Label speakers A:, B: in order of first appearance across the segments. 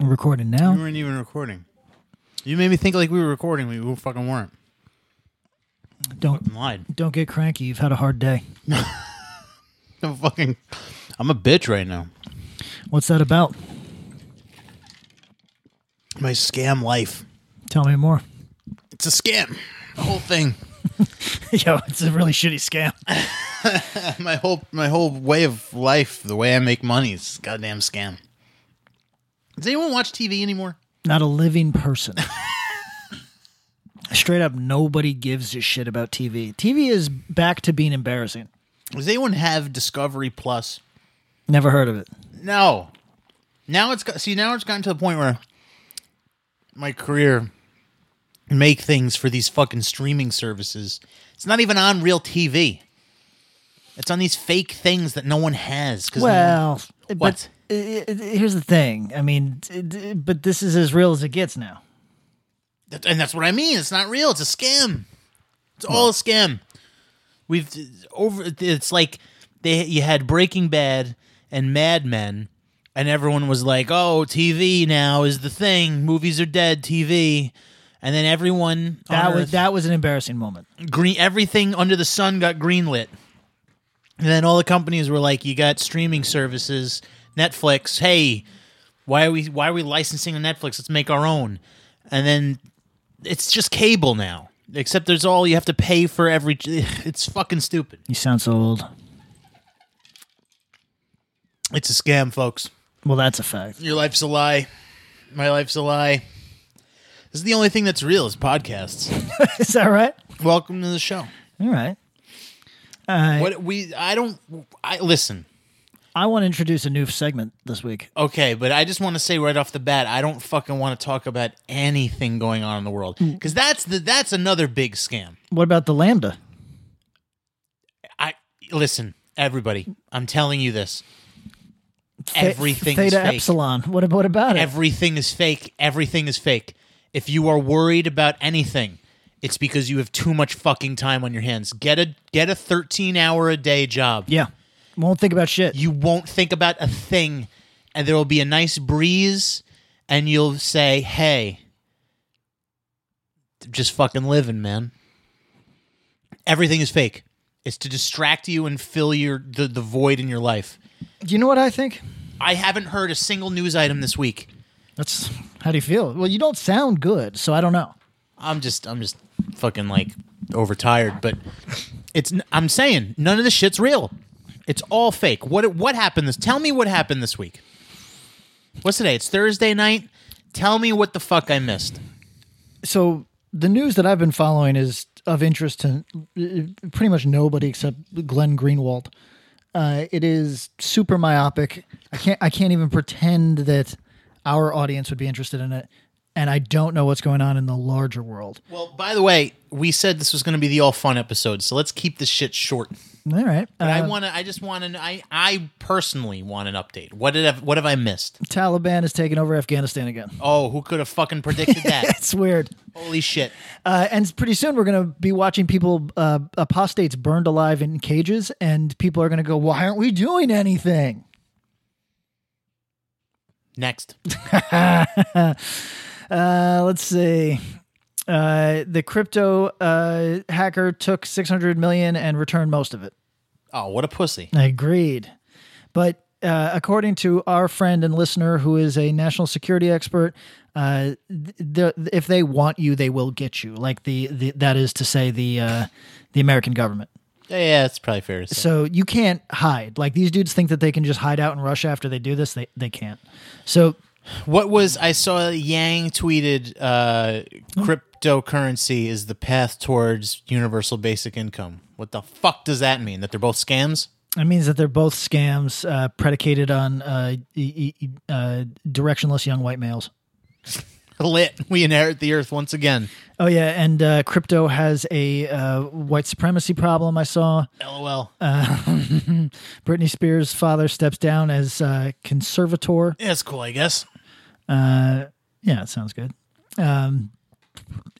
A: We're recording
B: We
A: now.
B: weren't even recording. You made me think like we were recording. We we fucking weren't.
A: Don't
B: I lied.
A: don't get cranky. You've had a hard day.
B: I'm fucking. I'm a bitch right now.
A: What's that about?
B: My scam life.
A: Tell me more.
B: It's a scam. The whole thing.
A: Yo, it's a really shitty scam.
B: My whole my whole way of life. The way I make money is a goddamn scam. Does anyone watch TV anymore?
A: Not a living person. Straight up, nobody gives a shit about TV. TV is back to being embarrassing.
B: Does anyone have Discovery Plus?
A: Never heard of it.
B: No. Now it's got, see now it's gotten to the point where my career make things for these fucking streaming services. It's not even on real TV. It's on these fake things that no one has. 'cause no one-
A: Well,
B: What?
A: but uh, uh, here's the thing. I mean, d- d- but this is as real as it gets now.
B: That- and that's what I mean. It's not real. It's a scam. It's all a scam. We've over. It's like they you had Breaking Bad and Mad Men, and everyone was like, "Oh, TV now is the thing. Movies are dead. TV." And then everyone
A: That
B: on
A: was
B: Earth-
A: that was an embarrassing moment.
B: green everything under the sun got greenlit. And then all the companies were like, "You got streaming services, Netflix. Hey, why are we why are we licensing to Netflix? Let's make our own." And then it's just cable now. Except there's all you have to pay for every. It's fucking stupid.
A: You sound so old.
B: It's a scam, folks.
A: Well, that's a fact.
B: Your life's a lie. My life's a lie. This is the only thing that's real is podcasts.
A: is that right?
B: Welcome to the show.
A: All right. Uh,
B: What we I don't I listen.
A: I want to introduce a new segment this week.
B: Okay, but I just want to say right off the bat, I don't fucking want to talk about anything going on in the world because that's the that's another big scam.
A: What about the Lambda?
B: I listen, everybody. I'm telling you this.
A: Th-
B: Everything is
A: Theta
B: fake.
A: Epsilon. What about, what about it?
B: Everything is fake. Everything is fake. If you are worried about anything, it's because you have too much fucking time on your hands. Get a get a 13 hour a day job.
A: yeah. Won't think about shit.
B: you won't think about a thing and there will be a nice breeze and you'll say hey just fucking living man everything is fake it's to distract you and fill your the, the void in your life
A: you know what I think?
B: i haven't heard a single news item this week
A: That's how do you feel? Well, you don't sound good, so I don't know.
B: i'm just i'm just fucking like overtired but it's n- i'm saying none of this shit's real it's all fake what what happened this tell me what happened this week what's today it's thursday night tell me what the fuck i missed
A: So the news that I've been following is of interest to uh, pretty much nobody except Glenn Greenwald. Uh, it is super myopic. I can't. I can't even pretend that our audience would be interested in it, and I don't know what's going on in the larger world.
B: well by the way we said this was going to be the all fun episode so let's keep this shit short
A: All right.
B: but i
A: Uh,
B: want to i just want to i i personally want an update what did i what have i missed
A: Taliban is taking over Afghanistan again.
B: oh who could have fucking predicted that
A: It's weird.
B: holy shit
A: Uh, and pretty soon we're going to be watching people, uh, apostates burned alive in cages, and people are going to go, why aren't we doing anything?
B: next
A: Uh, let's see. Uh, the crypto uh, hacker took 600 million and returned most of it.
B: oh what a pussy
A: Agreed. But uh, according to our friend and listener, who is a national security expert, uh, th- the, if they want you, they will get you. Like the, the that is to say, the uh, the American government.
B: yeah, yeah it's probably fair to say
A: So you can't hide. Like these dudes think that they can just hide out and rush after they do this. They they can't. So
B: What was I saw Yang tweeted uh, cryptocurrency is the path towards universal basic income. What the fuck does that mean? That they're both scams?
A: It means that they're both scams uh, predicated on uh, e- e- uh, directionless young white males.
B: Lit. We inherit the earth once again.
A: Oh yeah, and uh, crypto has a uh, white supremacy problem. I saw
B: LOL.
A: Britney Spears' father steps down as uh, conservator.
B: yeah, that's cool, I guess.
A: Uh, yeah, that sounds good. Um,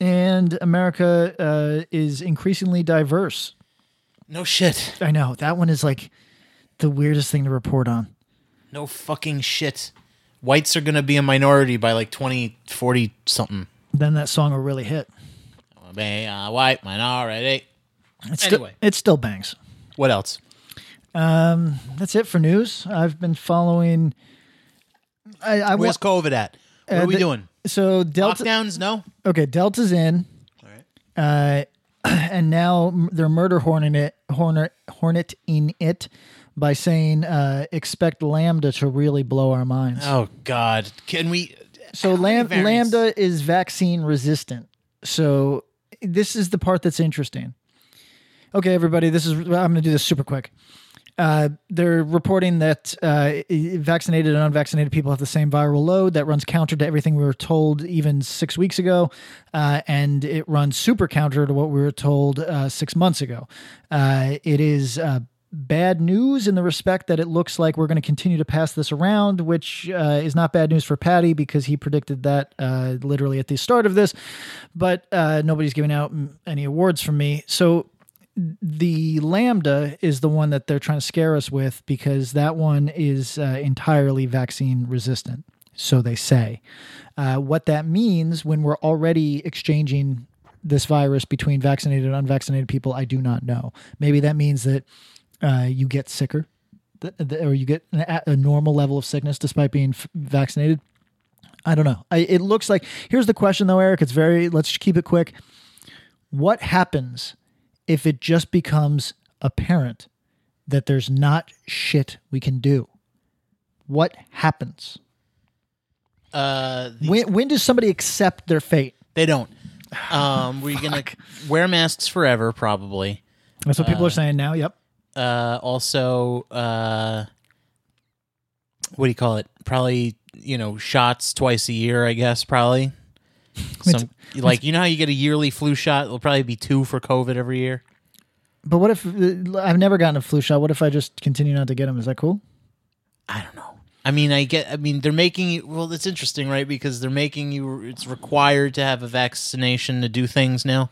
A: and America uh, is increasingly diverse.
B: No shit.
A: I know that one is like the weirdest thing to report on.
B: No fucking shit. Whites are going to be a minority by like 20, 40 something.
A: Then that song will really hit.
B: Be a white minority.
A: It's still-
B: Anyway.
A: it still bangs.
B: What else?
A: That's it for news. I've been following. I, I
B: Where's
A: was
B: COVID at? What are we doing?
A: so Delta.
B: Lockdowns? No?
A: Okay, Delta's in. Uh, and now m- they're murder horning it, hornet, hornet in it by saying uh, expect Lambda to really blow our minds.
B: Oh, God. Can we.
A: so Lam-
B: many variants?
A: Lambda is vaccine resistant. So this is the part that's interesting. Okay, everybody, this is I'm going to do this super quick. Uh, they're reporting that uh, vaccinated and unvaccinated people have the same viral load that runs counter to everything we were told even six weeks ago, uh, and it runs super counter to what we were told uh, six months ago. Uh, it is uh, bad news in the respect that it looks like we're going to continue to pass this around, which uh, is not bad news for Patty because he predicted that uh, literally at the start of this, but uh, nobody's giving out mm, any awards from me. So the lambda is the one that they're trying to scare us with because that one is uh, entirely vaccine resistant so they say uh, what that means when we're already exchanging this virus between vaccinated and unvaccinated people i do not know maybe that means that uh, you get sicker th- th- or you get an, a a normal level of sickness despite being f- vaccinated i don't know I, it looks like here's the question though eric it's very let's keep it quick what happens if it just becomes apparent that there's not shit we can do? What happens?
B: Uh, the-
A: When, when does somebody accept their fate?
B: they don't. Um, we're going to wear masks forever, probably.
A: That's what people are saying now. Yep.
B: uh, also uh, what do you call it? Probably you know shots twice a year, I guess. Probably some like you know how you get a yearly flu shot. It'll probably be two for COVID every year.
A: But what if uh, I've never gotten a flu shot? What if I just continue not to get them? Is that cool?
B: I don't know. I mean, I get. I mean, they're making you. Well, it's interesting, right? Because they're making you. It's required to have a vaccination to do things now.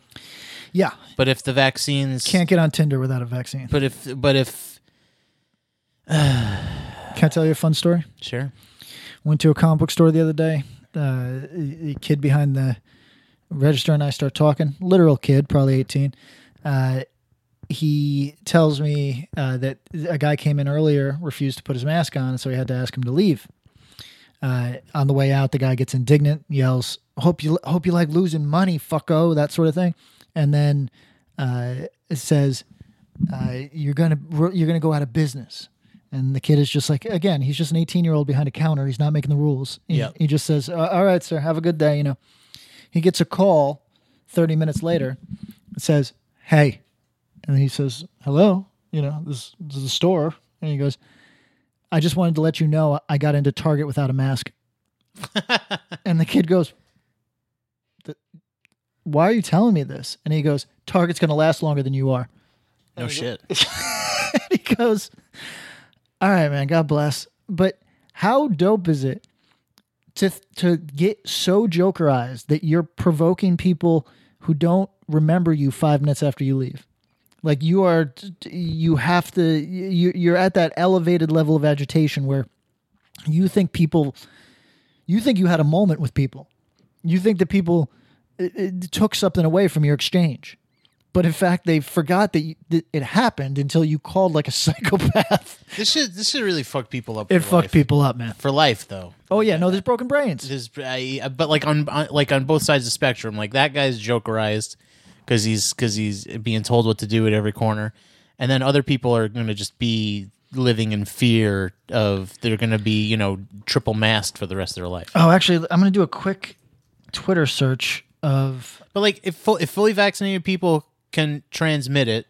A: Yeah.
B: But if the vaccines
A: Can't get on Tinder without a vaccine.
B: but if but if
A: Can I tell you a fun story?
B: sure,
A: went to a comic book store the other day. Uh, the kid behind the register and I start talking. Literal kid, probably eighteen. Uh, he tells me uh, that a guy came in earlier, refused to put his mask on, so he had to ask him to leave. Uh, on the way out, the guy gets indignant, yells, "Hope you hope you like losing money, fucko," that sort of thing, and then uh, it says, uh, "You're gonna you're gonna go out of business." And the kid is just like, again, he's just an 18 year old behind a counter. He's not making the rules. He,
B: Yep.
A: he just says, "Uh, "All right, sir, have a good day." You know, he gets a call 30 minutes later. It says, "Hey," and he says, "Hello." You know, this, this is the store, and he goes, "I just wanted to let you know I got into Target without a mask." and the kid goes, "Th- "Why are you telling me this?" And he goes, "Target's going to last longer than you are."
B: no shit.
A: he goes, "All right, man. God bless." But how dope is it to to get so jokerized that you're provoking people who don't remember you five minutes after you leave? Like you are, you have to. You you're at that elevated level of agitation where you think people, you think you had a moment with people, you think that people it, it took something away from your exchange but in fact they forgot that, you, that it happened until you called like a psychopath.
B: This should this should really fuck people up. for life.
A: people up, man.
B: for life, though.
A: Oh yeah, no, there's broken brains.
B: His, I, but like on, on like on both sides of the spectrum, like that guy's jokerized because he's because he's being told what to do at every corner, and then other people are going to just be living in fear of they're going to be you know triple masked for the rest of their life.
A: Oh, actually, I'm gonna do a quick Twitter search of
B: But like if fu- if fully vaccinated people can transmit it,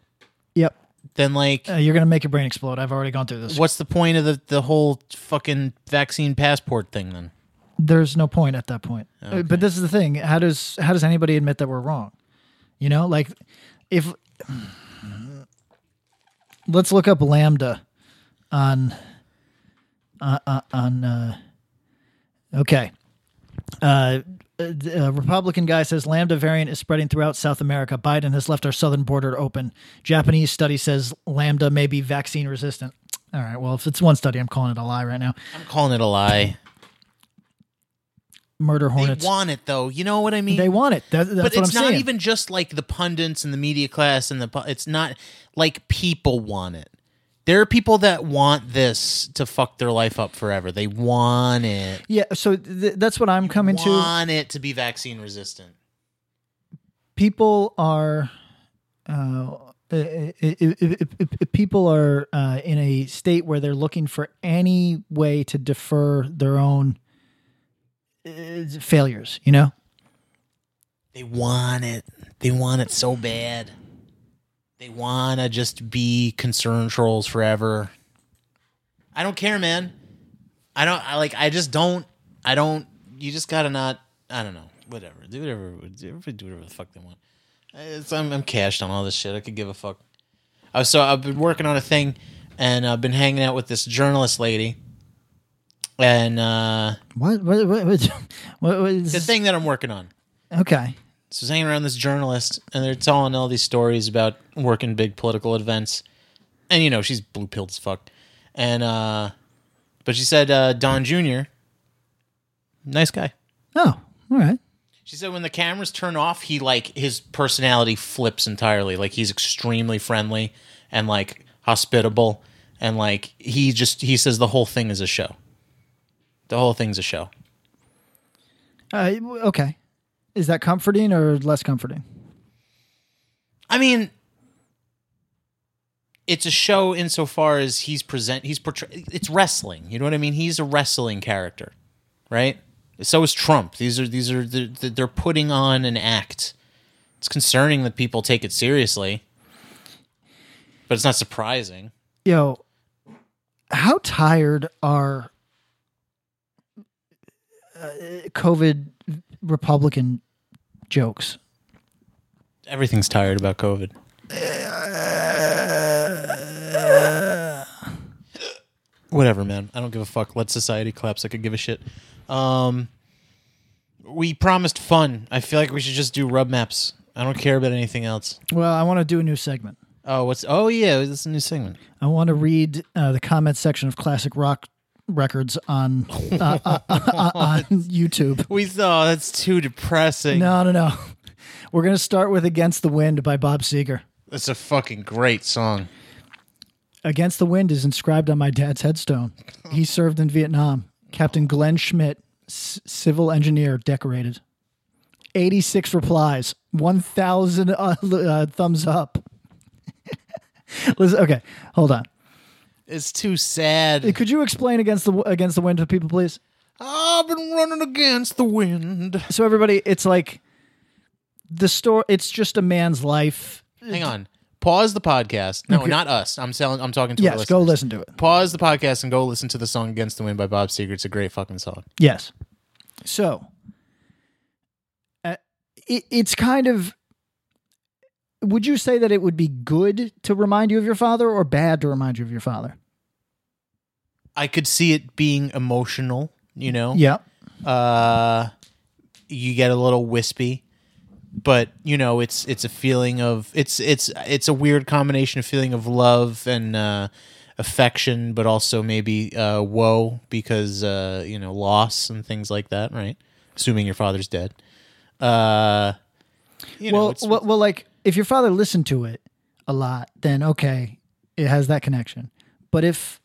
A: Yep.
B: then like
A: Uh, you're gonna make your brain explode. I've already gone through this.
B: what's the point of the, the whole fucking vaccine passport thing then?
A: There's no point at that point. Uh, But this is the thing. How does how does anybody admit that we're wrong? You know, like if let's look up lambda on uh, uh, on uh, okay. Uh, a Republican guy says lambda variant is spreading throughout South America. Biden has left our southern border open. Japanese study says lambda may be vaccine resistant. All right. Well, if it's one study, I'm calling it a lie right now.
B: I'm calling it a lie.
A: Murder
B: They
A: hornets.
B: want it though. You know what I mean?
A: They want it. That, that's
B: but
A: what I'm
B: it's not
A: saying.
B: even just like the pundits and the media class and the pu- it's not like people want it. There are people that want this to fuck their life up forever. They want it.
A: yeah. So th- that's what I'm coming to.
B: want it to be vaccine resistant.
A: People are, uh, i- i- i- i- i- i- people are uh, in a state where they're looking for any way to defer their own uh, failures. You know.
B: They want it. They want it so bad. They want to just be concern trolls forever. I don't care, man. I don't I like I just don't I don't you just got to not I don't know. Whatever. Do whatever everybody do whatever the fuck they want. It's, I'm, I'm cashed on all this shit. I could give a fuck. Uh, so I've been working on a thing and I've been hanging out with this journalist lady. And uh
A: What? What? What? what, what, what is,
B: the thing that I'm working on.
A: Okay.
B: So I was hanging around this journalist, and they're telling all these stories about working big political events, and you know she's blue pilled as fuck, and uh, but she said uh, Don Jr. Nice guy.
A: Oh, all right.
B: She said when the cameras turn off, he like his personality flips entirely. Like he's extremely friendly and like hospitable, and like he just he says the whole thing is a show. The whole thing's a show.
A: Uh, okay. Is that comforting or less comforting?
B: I mean, it's a show insofar as he's present. He's portray. It's wrestling. You know what I mean? He's a wrestling character, right? So is Trump. These are these are they're, they're putting on an act. It's concerning that people take it seriously, but it's not surprising.
A: yo how tired are uh, covid republican jokes
B: Everything's tired about COVID. Whatever, man. I don't give a fuck. Let society collapse. I could give a shit. Um, we promised fun. I feel like we should just do rub maps. I don't care about anything else.
A: well i want to do a new segment
B: Oh, what's? Oh yeah, this is a new segment.
A: i want to read uh, the comment section of classic rock records on uh, uh, uh, on youtube
B: We saw that's too depressing.
A: no no no we're going to start with against the wind by bob seger
B: That's a fucking great song.
A: Against the Wind is inscribed on my dad's headstone. He served in Vietnam. Captain Glenn Schmidt, c- civil engineer, decorated. 86 replies, 1,000 uh, l- uh, thumbs up. Listen, okay, hold on.
B: It's too sad.
A: Could you explain Against the Against the Wind to people, please?
B: I've been running against the wind.
A: So everybody, it's like the story. It's just a man's life.
B: Hang on. Pause the podcast. No, not us. I'm selling. I'm talking to. our
A: Yes, go
B: listeners.
A: listen to it.
B: Pause the podcast and go listen to the song "Against the Wind" by Bob Seger. It's a great fucking song.
A: Yes. So uh, it, it's kind of. Would you say that it would be good to remind you of your father or bad to remind you of your father?
B: I could see it being emotional. You know.
A: Yeah.
B: Uh, you get a little wispy, but you know it's it's a feeling of it's it's it's a weird combination of feeling of love and uh, affection, but also maybe uh, woe because uh, you know loss and things like that. Right. Assuming your father's dead. Uh, you know,
A: well,
B: it's-
A: well, well, like if your father listened to it a lot, then okay, it has that connection. But if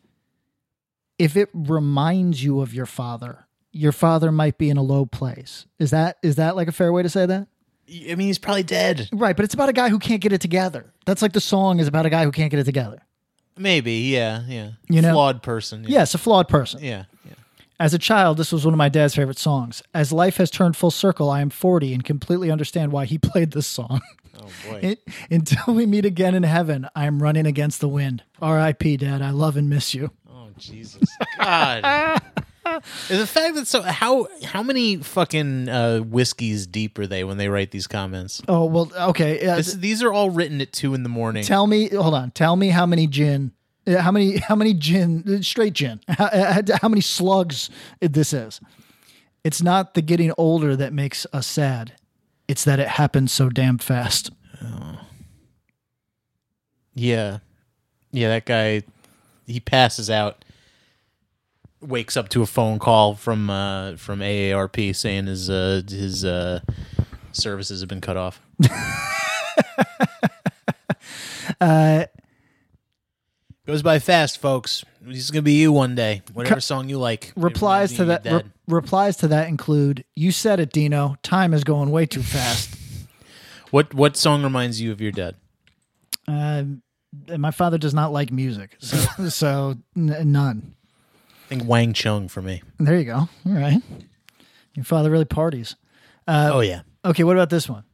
A: if it reminds you of your father, your father might be in a low place. Is that is that like a fair way to say that?
B: I mean, he's probably dead.
A: Right, but it's about a guy who can't get it together. That's like the song is about a guy who can't get it together.
B: Maybe, yeah, yeah.
A: You know?
B: flawed person. Yeah.
A: Yes, a flawed person.
B: yeah, yeah.
A: As a child, this was one of my dad's favorite songs. As life has turned full circle, I am 40 and completely understand why he played this song.
B: Oh boy.
A: It, until we meet again in heaven, I'm running against the wind. R.I.P. Dad. I love and miss you.
B: Oh Jesus, God! the fact that so how how many fucking uh, whiskeys deep are they when they write these comments?
A: Oh well, okay. Uh,
B: This, these are all written at two in the morning.
A: tell me, hold on. Tell me how many gin, uh, how many, how many gin, uh, straight gin, how, uh, how many slugs this is. It's not the getting older that makes us sad. It's that it happens so damn fast.
B: yeah, yeah. That guy, he passes out, wakes up to a phone call from uh, from AARP saying his uh, his uh, services have been cut off.
A: Uh,
B: Goes by fast, folks. This is gonna be you one day. Whatever song you like.
A: replies to
B: You're
A: that re-
B: dead.
A: replies to that include you said it dino time is going way too fast
B: What what song reminds you of your dad?
A: uh, and my father does not like music so so n- none
B: I think Wang Chung for me.
A: there you go all right your father really parties Uh,
B: oh yeah.
A: okay what about this one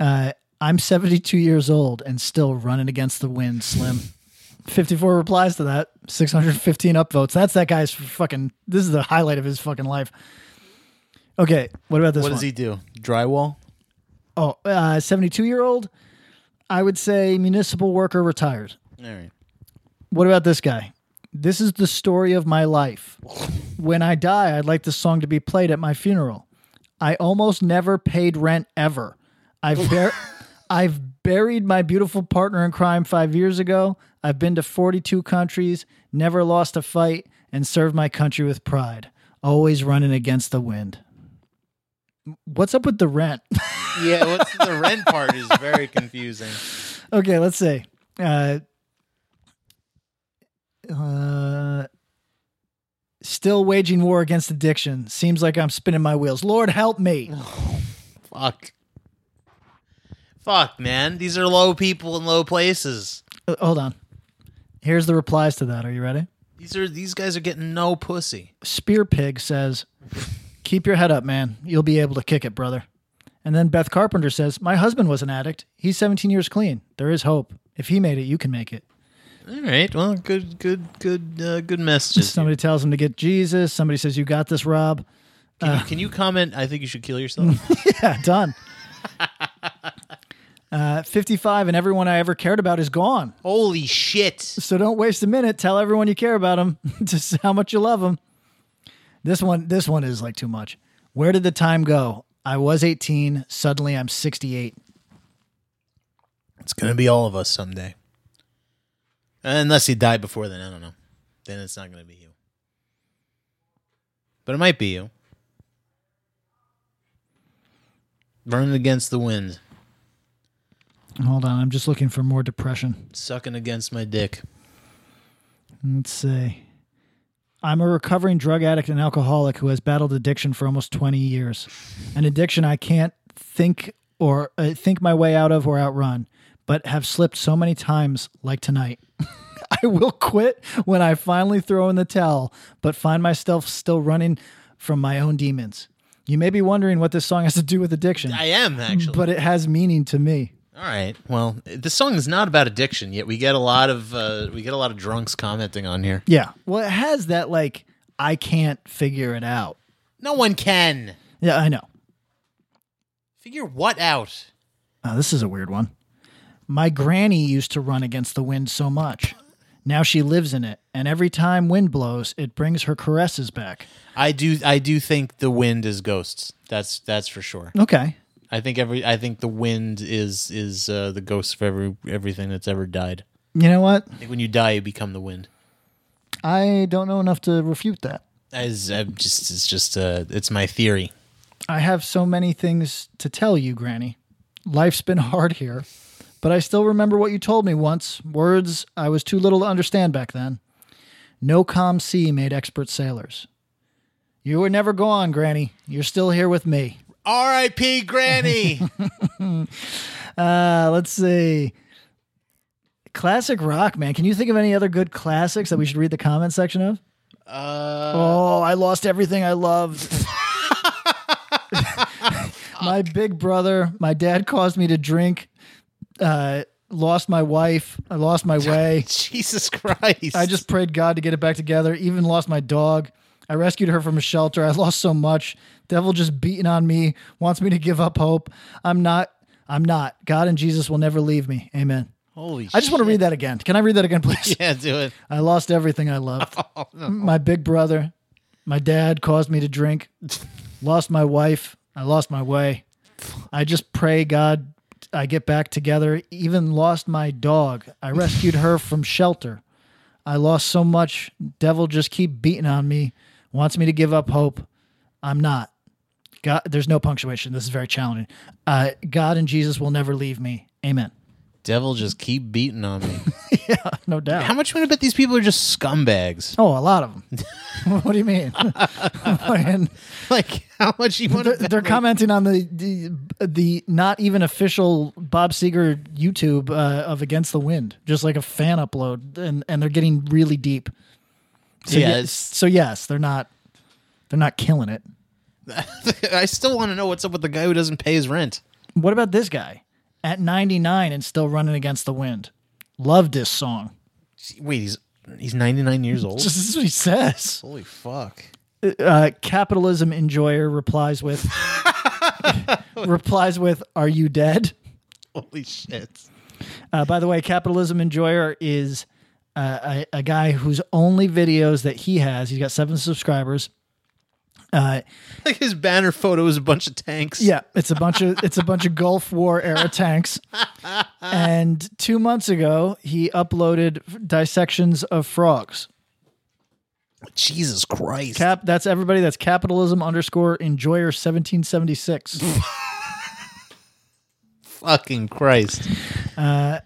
A: uh, i'm 72 years old and still running against the wind slim 54 replies to that 615 upvotes that's that guy's fucking this is the highlight of his fucking life okay what about this
B: What
A: one
B: does he do? Drywall?
A: Oh, uh, 72 year old. I would say municipal worker retired.
B: All right.
A: What about this guy? This is the story of my life. When I die, I'd like this song to be played at my funeral. I almost never paid rent ever. I've bur- I've buried my beautiful partner in crime five years ago. I've been to 42 countries, never lost a fight, and served my country with pride. Always running against the wind. What's up with the rent?
B: Yeah, what's the rent part is very confusing.
A: Okay, let's see. Uh, uh, still waging war against addiction. Seems like I'm spinning my wheels. Lord help me.
B: Fuck. Fuck, man. These are low people in low places.
A: Uh, Hold on. Here's the replies to that. Are you ready?
B: These are these guys are getting no pussy.
A: Spear Pig says, Keep your head up, man. You'll be able to kick it, brother. And then Beth Carpenter says, My husband was an addict. He's 17 years clean. There is hope. If he made it, you can make it.
B: All right. Well, good good good uh, good messages.
A: Somebody tells him to get Jesus. Somebody says, You got this, Rob.
B: Can you, can you comment I think you should kill yourself?
A: Yeah, done. uh, 55 and everyone I ever cared about is gone.
B: Holy shit.
A: So don't waste a minute. Tell everyone you care about them just how much you love them. This one, this one is like too much. Where did the time go? I was 18. Suddenly I'm 68.
B: It's gonna be all of us someday. Unless you die before then, I don't know. Then it's not gonna be you. But it might be you. Running against the wind,
A: Hold on. I'm just looking for more depression.
B: sucking against my dick.
A: Let's see. I'm a recovering drug addict and alcoholic who has battled addiction for almost 20 years. An addiction I can't think or uh, think my way out of or outrun, but have slipped so many times like tonight. I will quit when I finally throw in the towel, but find myself still running from my own demons. You may be wondering what this song has to do with addiction,
B: I am actually.
A: but it has meaning to me.
B: all right. Well, this song is not about addiction yet. We get a lot of uh, we get a lot of drunks commenting on here.
A: Yeah. Well, it has that like I can't figure it out.
B: No one can
A: Yeah, I know.
B: figure what out.
A: Oh, this is a weird one. My granny used to run against the wind so much. Now she lives in it, and every time wind blows, it brings her caresses back.
B: I do. I do think the wind is ghosts. That's that's for sure.
A: Okay.
B: I think every I think the wind is is uh, the ghost of every everything that's ever died.
A: You know what?
B: I think when you die, you become the wind.
A: I don't know enough to refute that.
B: As I'm just it's just uh, it's my theory.
A: I have so many things to tell you, Granny. Life's been hard here, but I still remember what you told me once words I was too little to understand back then. No calm sea made expert sailors. You were never gone, Granny. You're still here with me.
B: R.I.P. Granny.
A: Uh, let's see. Classic rock, man. Can you think of any other good classics that we should read the comment section of? oh, I lost everything I loved. my big brother, my dad caused me to drink. uh, lost my wife. I lost my way.
C: Jesus Christ.
A: I just prayed God to get it back together. Even lost my dog. I rescued her from a shelter. I lost so much. Devil just beating on me. Wants me to give up hope. I'm not. I'm not. God and Jesus will never leave me. Amen.
C: Holy
A: I just want to read that again. Can I read that again, please?
C: Yeah, do it.
A: I lost everything I loved. My big brother, my dad caused me to drink. lost my wife. I lost my way. I just pray God I get back together. Even lost my dog. I rescued her from shelter. I lost so much. Devil just keep beating on me. Wants me to give up hope. I'm not. God, there's no punctuation. This is very challenging. Uh, God and Jesus will never leave me. Amen.
B: Devil just keep beating on me.
A: No doubt.
B: How much would I bet these people are just scumbags?
A: Oh, a lot of them. what do you mean? And
C: Like, how much you want
A: they're,
C: to.
A: they're commenting on the, the the not even official Bob Seger YouTube uh, of Against the Wind, just like a fan upload, and and they're getting really deep. So
B: Yeah,
A: ye-
B: it's-
A: so yes, they're not they're not killing it.
B: I still want to know what's up with the guy who doesn't pay his rent.
A: What about this guy at 99 and still running against the wind? Love this song.
B: Wait, he's he's 99 years old.
A: This is what he says.
B: Holy fuck!
A: uh, capitalism enjoyer replies with replies with are you dead
B: Holy shit!
A: uh, by the way capitalism enjoyer is uh, a, a guy whose only videos that he has he's got seven subscribers uh,
B: Like his banner photo is a bunch of tanks.
A: yeah it's a bunch of it's a bunch of gulf war era tanks and two months ago he uploaded dissections of frogs
B: Jesus Christ!
A: cap that's everybody that's capitalism underscore enjoyer 1776
B: Fucking Christ!
A: Uh,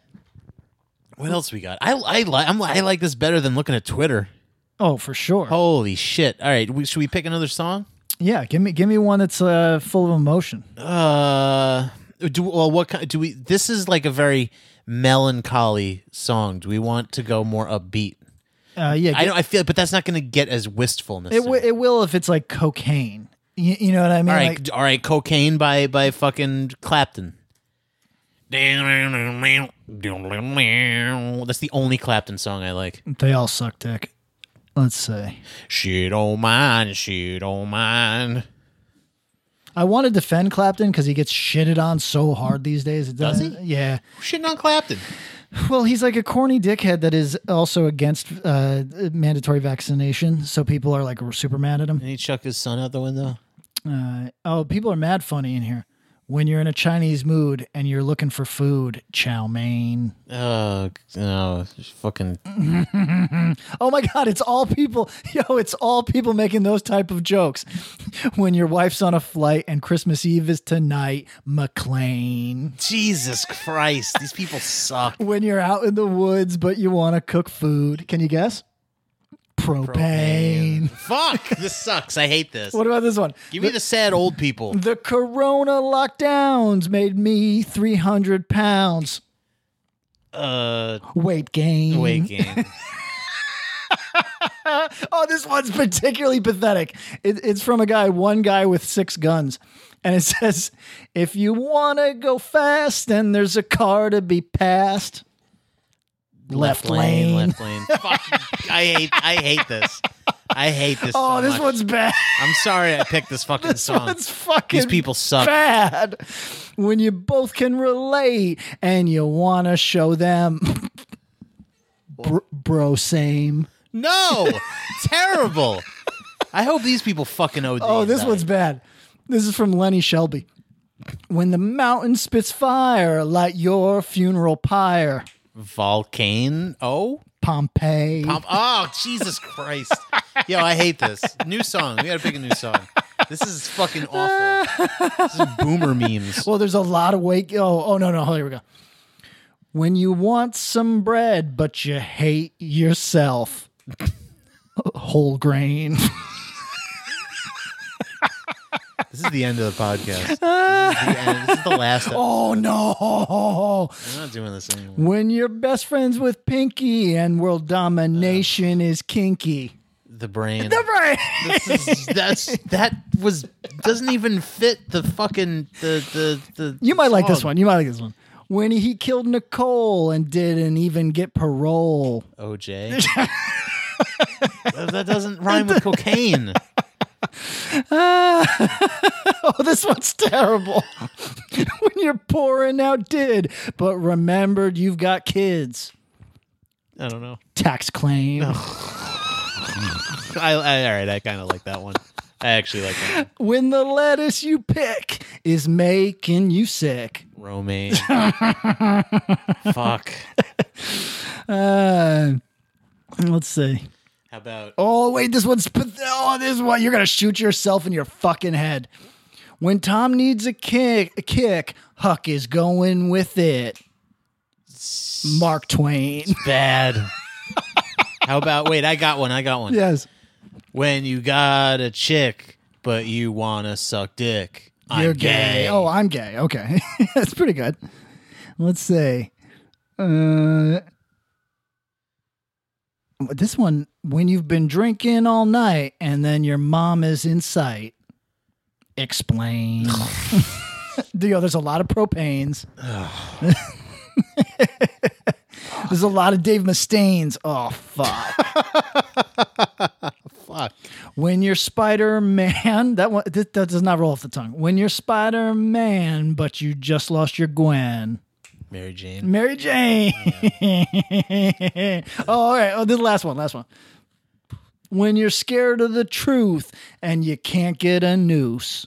B: what else we got? I I like I'm, I like this better than looking at Twitter.
A: oh for sure
B: Holy shit! All right, we, should we pick another song?
A: Yeah, give me give me one that's uh, full of emotion.
B: Uh, do well. What kind? Do we? This is like a very melancholy song. Do we want to go more upbeat?
A: Uh, yeah,
B: I don't. I feel, but that's not going to get as wistfulness.
A: it w- it will if it's like cocaine. You, you know what I mean?
B: all right,
A: Like,
B: all right. Cocaine by by fucking Clapton. That's the only Clapton song I like.
A: they all suck dick. Let's say
B: She don't mind. She don't mind.
A: I want to defend Clapton because he gets shitted on so hard these days. It
B: Does he?
A: doesn't- Yeah.
B: Shitting on Clapton.
A: Well, he's like a corny dickhead that is also against uh, mandatory vaccination, so people are like super mad at him.
B: And he chucked his son out the window.
A: Uh, oh, people are mad funny in here. When you're in a Chinese mood and you're looking for food, chow mein.
B: Oh, no, fucking
A: Oh my God, it's all people. Yo, it's all people making those type of jokes. when your wife's on a flight and Christmas Eve is tonight, McLean.
B: Jesus Christ! These people suck.
A: When you're out in the woods but you want to cook food, can you guess? Propane.
B: Fuck! This sucks. I hate this.
A: What about this one?
B: Give me the sad old people.
A: The corona lockdowns made me 300 pounds.
B: Uh,
A: Weight gain.
B: wait, game.
A: Oh, this one's particularly pathetic. It, it's from a guy, one guy with six guns. And it says, if you want to go fast and there's a car to be passed, left, lane.
B: left lane. Fuck, I hate, I hate this. I hate this.
A: Oh,
B: so
A: this
B: much.
A: one's bad.
B: I'm sorry I picked this fucking song.
A: It's fucking
B: These people suck.
A: bad. When you both can relate and you want to show them. Bro, bro, same.
B: No, terrible. I hope these people fucking Uh, OD.
A: Oh, this one's
B: one's
A: bad. This is from Lenny Shelby. When the mountain spits fire like your funeral pyre,
B: volcano. Oh,
A: Pompeii.
B: Pom- oh, Jesus Christ. Yo, I hate this. New song. We gotta pick a new song. This is fucking awful. This is boomer memes.
A: well, there's a lot of weight. Oh, oh no, no, here we go. When you want some bread but you hate yourself, whole grain.
B: This is the end of the podcast. This is the, end. This is the last. Episode.
A: oh no.
B: I'm not doing this anymore.
A: When you're best friends with Pinky and world domination is kinky.
B: The brain.
A: Right.
B: This is- that's that was doesn't even fit the fucking the the the.
A: You might like this
B: song.
A: one. You might like this one. when he killed Nicole and didn't even get parole.
B: OJ.
C: That that doesn't rhyme with cocaine.
A: Oh, this one's terrible. when you're poor and now did, but remembered you've got kids.
C: I don't know.
A: Tax claim.
B: I, I, all right, I kind of like that one. I actually like that one.
A: When the lettuce you pick is making you sick.
B: Romaine. Fuck.
A: Uh, let's see.
B: How about
A: Oh wait, this one's path- oh this one you're gonna shoot yourself in your fucking head. When Tom needs a kick, a kick, Huck is going with it. Mark Twain.
B: bad? How about wait? I got one. I got one.
A: yes,
B: When you got a chick, but you wanna suck dick.
A: you're
B: I'm gay.
A: gay. Oh, I'm gay. Okay, that's pretty good. Let's see. Uh, this one when you've been drinking all night and then your mom is in sight. Explain. you know, there's a lot of propanes. there's a lot of Dave Mustaines. Oh fuck.
B: Fuck.
A: When you're Spider Man, that one th- that does not roll off the tongue. When you're Spider Man, but you just lost your Gwen,
B: Mary Jane.
A: Mary Jane. oh, all right. Oh, this last one, last one. When you're scared of the truth and you can't get a noose,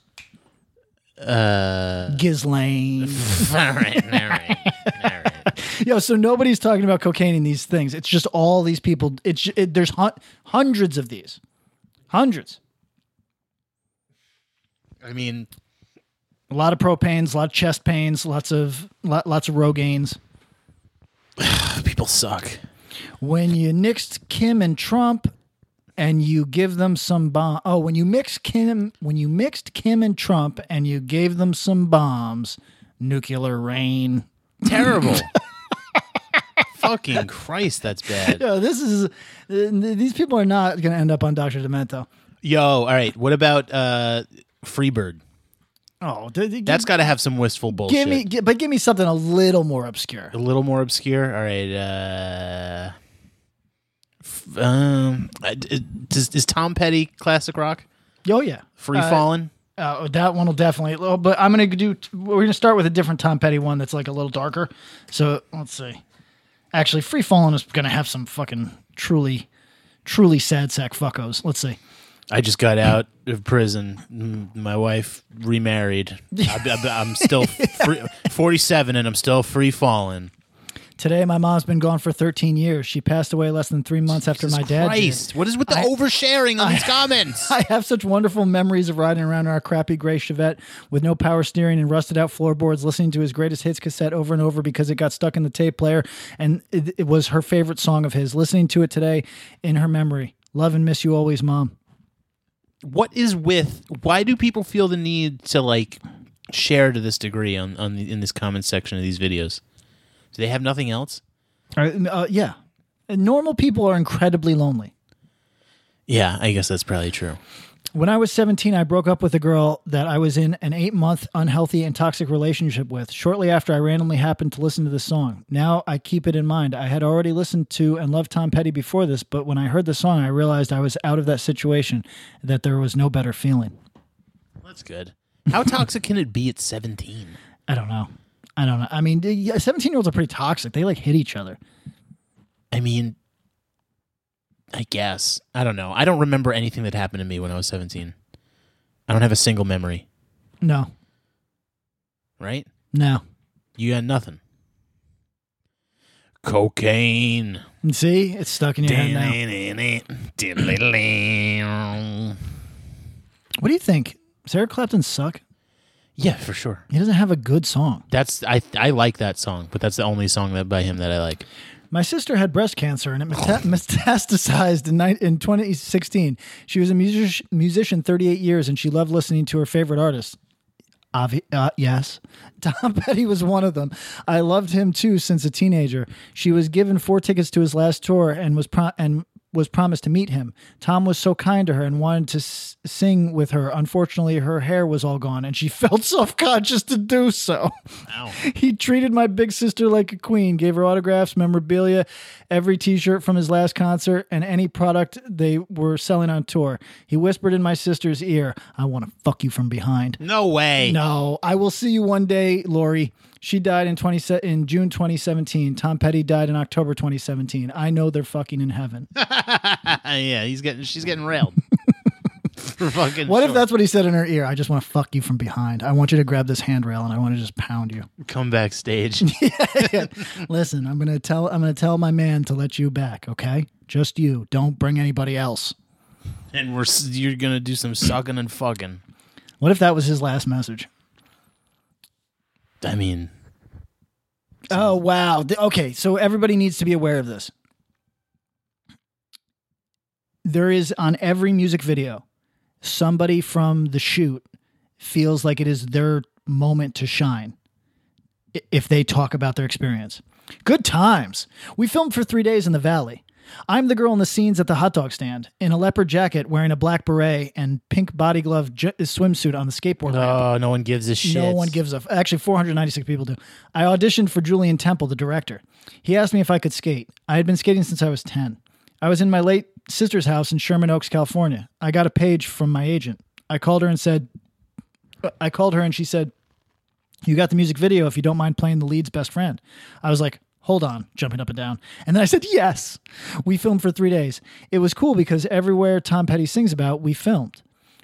B: Uh.
A: Ghislaine.
B: all right. All right. All right.
A: Yo, so nobody's talking about cocaine in these things. It's just all these people. It's it, there's hun- hundreds of these, hundreds.
B: I mean,
A: A lot of propanes, a lot of chest pains, lots of lot, lots of Rogaines.
B: people suck.
A: When you nixed Kim and Trump and you give them some bomb. Oh, when you mixed Kim, when you mixed Kim and Trump and you gave them some bombs, nuclear rain.
B: Terrible. Fucking Christ, that's bad.
A: Yo, this is th- th- these people are not going to end up on Doctor Demento.
B: Yo, all right. What about uh Freebird?
A: Oh, th- th-
B: That's got to have some wistful bullshit.
A: give me, gi- but give me something a little more obscure.
B: a little more obscure. All right. Uh, f- um, I- d- does, is Tom Petty classic rock?
A: Oh yeah,
B: Free Fallen.
A: Uh, that one will definitely. oh, But I'm gonna do. We're gonna start with a different Tom Petty one that's like a little darker. So let's see. Actually, Free Falling is gonna have some fucking truly, truly sad sack fuckos. Let's see.
B: I just got out of prison. Mm, My wife remarried. I, am still free, 47 and I'm still free falling.
A: Today, my mom's been gone for 13 years. She passed away less than three months after my dad. did.
B: Christ, what is with the oversharing on these comments?
A: I have such wonderful memories of riding around in our crappy gray Chevette with no power steering and rusted out floorboards, listening to his greatest hits cassette over and over because it got stuck in the tape player and it, it was her favorite song of his. Listening to it today in her memory. Love and miss you always, mom.
B: what is with? Why do people feel the need to like share to this degree on, on the, in this comment section of these videos? Do they have nothing else?
A: All right, Uh, yeah. Normal people are incredibly lonely.
B: Yeah, I guess that's probably true.
A: When I was 17, I broke up with a girl that I was in an eight month unhealthy and toxic relationship with. Shortly after, I randomly happened to listen to this song. Now I keep it in mind. I had already listened to and loved Tom Petty before this, but when I heard the song, I realized I was out of that situation, that there was no better feeling.
B: That's good. How toxic can it be at 17?
A: I don't know. I don't know. I mean, 17 year olds are pretty toxic. They like hit each other.
B: I mean, I guess. I don't know. I don't remember anything that happened to me when I was 17. I don't have a single memory,
A: No,
B: right?
A: no.
B: You got nothing. Cocaine.
A: And see, it's stuck in your head now.
B: Yeah,
A: What do you think? Sarah Clapton suck?
B: for sure.
A: He doesn't have a good song.
B: That's I I like that song, but that's the only song that by him that I like.
A: My sister had breast cancer and it meta- metastasized in, ni- in 2016. She was a music- musician 38 years and she loved listening to her favorite artists. Obvi- uh, yes. Tom Petty was one of them. I loved him too since a teenager. She was given four tickets to his last tour and was pro- and was promised to meet him. Tom was so kind to her and wanted to s- sing with her. Unfortunately, her hair was all gone and she felt self conscious to do so. He treated my big sister like a queen, gave her autographs, memorabilia, every t shirt from his last concert, and any product they were selling on tour. He whispered in my sister's ear, I want to fuck you from behind.
C: No way.
A: No, I will see you one day, Lori. She died in 20, se- in June 2017. Tom Petty died in October 2017. I know they're fucking in heaven.
C: yeah, he's getting she's getting railed. For fucking
A: What if
C: sure.
A: that's what he said in her ear? I just want to fuck you from behind. I want you to grab this handrail and I want to just pound you.
B: Come backstage.
A: Listen, I'm gonna tell I'm gonna tell my man to let you back, okay? Just you. Don't bring anybody else.
B: and we're s- you're gonna do some sucking and fucking.
A: What if that was his last message?
B: I mean,
A: Oh wow. Th- Okay, so everybody needs to be aware of this. There is on every music video, somebody from the shoot feels like it is their moment to shine i- if they talk about their experience. Good times. We filmed for three days in the valley. I'm the girl in the scenes at the hot dog stand in a leopard jacket, wearing a black beret and pink body glove j- swimsuit on the skateboard. ramp.
B: oh, no one gives a shit.
A: No one gives a f- actually 496 people do. I auditioned for Julian Temple, the director. He asked me if I could skate. I had been skating since I was 10. I was in my late sister's house in Sherman Oaks, California. I got a page from my agent. I called her and said uh, I called her and she said, "You got the music video if you don't mind playing the lead's best friend." I was like, "Hold on," jumping up and down. And then I said, "Yes." We filmed for 3 days. It was cool because everywhere Tom Petty sings about, we filmed.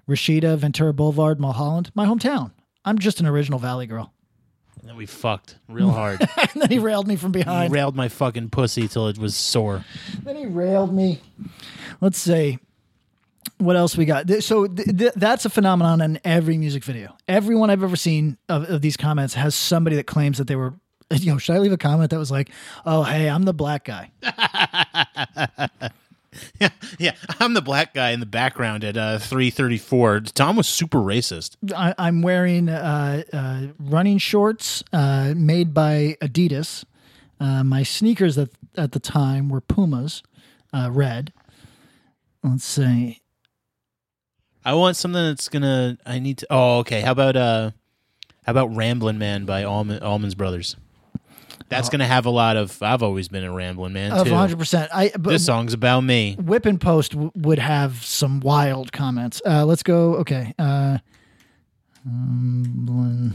A: Rashida, Ventura Boulevard, Mulholland, my hometown. I'm just an original Valley girl.
B: And we fucked real hard.
A: And then he railed me from
B: I
A: behind.
B: railed my fucking pussy till it was sore.
A: then he railed me. Let's see. What else we got? Th- So th- th- that's a phenomenon in every music video. Everyone I've ever seen of, of these comments has somebody that claims that they were. You know, should I leave a comment that was like, "Oh, hey, I'm the black guy."
B: Yeah, I'm the black guy in the background at uh, 3:34. Tom was super racist.
A: I- I'm wearing uh, uh, running shorts uh, made by Adidas. Uh, my sneakers at, at the time were Pumas, uh, red. Let's see.
B: I want something that's gonna. I need to. Oh, okay. How about uh, how about Ramblin' Man by Allman, Allman's Brothers? That's gonna have a lot of. I've always been a Ramblin' Man
A: Uh, Of
B: too.
A: 100%. I but
B: This song's about me.
A: Whip and Post w- would have some wild comments. Uh, let's go. Okay. Uh, um,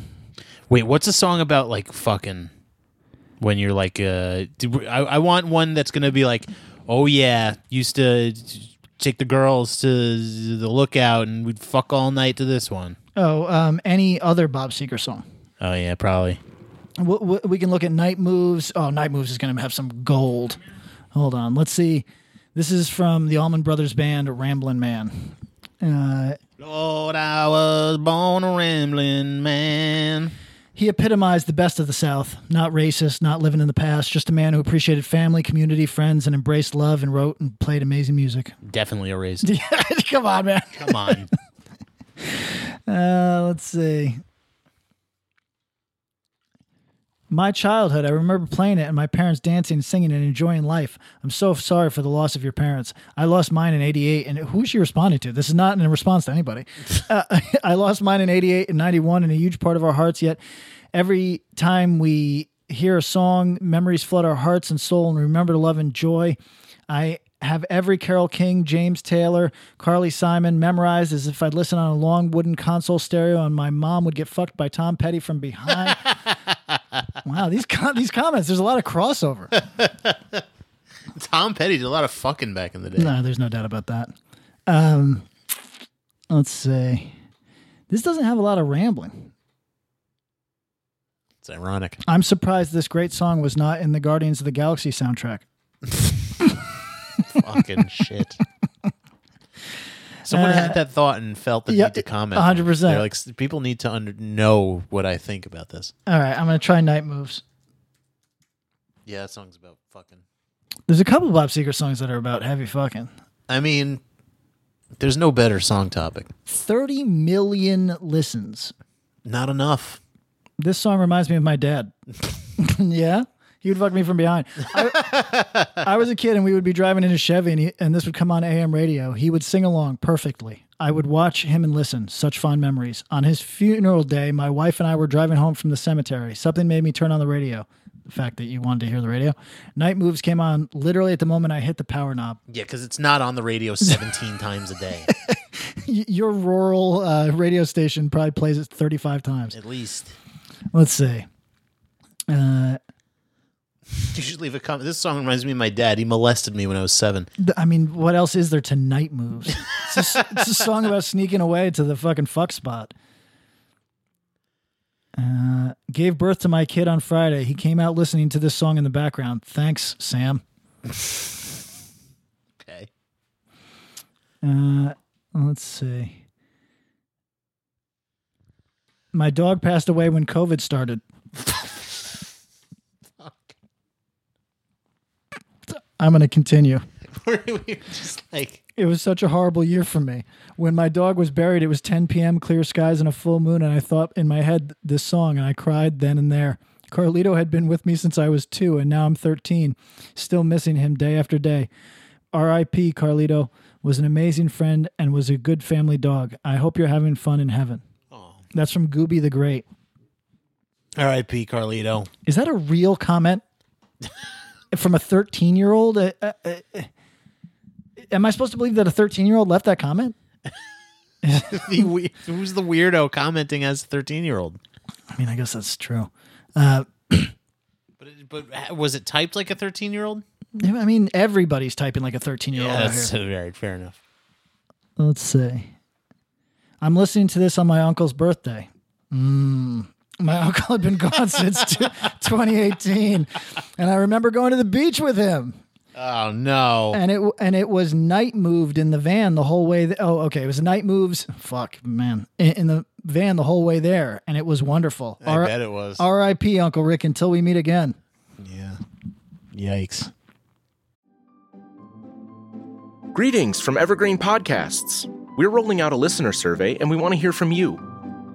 B: Wait, what's a song about like fucking when you're like uh do we- I, I want one that's gonna be like, oh yeah, used to take the girls to the lookout and we'd fuck all night to this one.
A: oh, um, any other Bob Seger song?
B: Oh yeah, probably.
A: W- w- we can look at night moves. Oh, night moves is going to have some gold. Hold on, let's see. This is from the Allman Brothers Band, "Ramblin' Man." Uh,
B: Lord, I was born a rambling man.
A: he epitomized the best of the South. Not racist, not living in the past. Just a man who appreciated family, community, friends, and embraced love, and wrote and played amazing music.
B: Definitely a racist.
A: Come on, man.
B: Come on.
A: Uh, let's see. My childhood, I remember playing it and my parents dancing, singing, and enjoying life. I'm so sorry for the loss of your parents. I lost mine in 88. And who's she responding to? This is not in response to anybody. uh, I lost mine in 88 and 91 and a huge part of our hearts. Yet every time we hear a song, memories flood our hearts and soul and remember to love and joy. I have every Carol King, James Taylor, Carly Simon memorized as if I'd listen on a long wooden console stereo and my mom would get fucked by Tom Petty from behind. wow, these com- these comments, there's a lot of crossover.
B: Tom Petty did a lot of fucking back in the day.
A: no, there's no doubt about that. Um, let's see. This doesn't have a lot of rambling.
B: It's ironic.
A: I'm surprised this great song was not in the Guardians of the Galaxy soundtrack.
B: fucking shit. Someone had that thought and felt the
A: yeah,
B: need to comment.
A: 100%.
B: They're like, "S- people need to under- know what I think about this.
A: All right, I'm gonna try Night Moves.
B: Yeah, that song's about fucking.
A: There's a couple Bob Seger songs that are about heavy fucking.
B: I mean, there's no better song topic.
A: 30 million listens.
B: Not enough.
A: This song reminds me of my dad. yeah. He would fuck me from behind. I, I was a kid and we would be driving in a Chevy and, he, and this would come on AM radio. He would sing along perfectly. I would watch him and listen. Such fond memories. On his funeral day, my wife and I were driving home from the cemetery. Something made me turn on the radio. The fact that you wanted to hear the radio. Night Moves came on literally at the moment I hit the power knob.
B: Yeah, because it's not on the radio 17 times a day,
A: Y- Your rural uh, radio station probably plays it 35 times.
B: at least.
A: Let's see. Uh,
B: You should leave a comment. This song reminds me of my dad. He molested me when I was seven.
A: th- I mean, what else is there to night moves? It's a, s- it's a song about sneaking away to the fucking fuck spot. Uh, gave birth to my kid on Friday. He came out listening to this song in the background. Thanks, Sam.
B: Okay.
A: Uh, let's see. My dog passed away when COVID started. I'm going to continue.
B: Where we were just like,
A: It was such a horrible year for me. When my dog was buried, it was 10 p.m., clear skies, and a full moon, and I thought in my head this song, and I cried then and there. Carlito had been with me since I was two, and now I'm 13, still missing him day after day. R.I.P. Carlito was an amazing friend and was a good family dog. I hope you're having fun in heaven. That's from Gooby the Great.
B: R.I.P. Carlito.
A: Is that a real comment from a 13 year old? Uh, uh, uh, am I supposed to believe that a 13 year old left that comment?
B: The we- who's the weirdo commenting as a 13 year old?
A: I mean, I guess that's true.
B: But, it- but ha- was it typed like a 13 year old?
A: I mean, everybody's typing like a 13 year old out
B: That's
A: here.
B: all right. Fair enough.
A: Let's see. I'm listening to this on my uncle's birthday. Mm. My uncle had been gone since t- 2018, and I remember going to the beach with him.
B: Oh, no.
A: And it w- and it was night moved in the van the whole way. Th- oh, okay, it was night moves. Fuck, man, in, in the van the whole way there, and it was wonderful.
B: I bet it was.
A: R.I.P. Uncle Rick. Until we meet again.
B: yeah. Yikes.
D: Greetings from Evergreen Podcasts. We're rolling out a listener survey and we want to hear from you.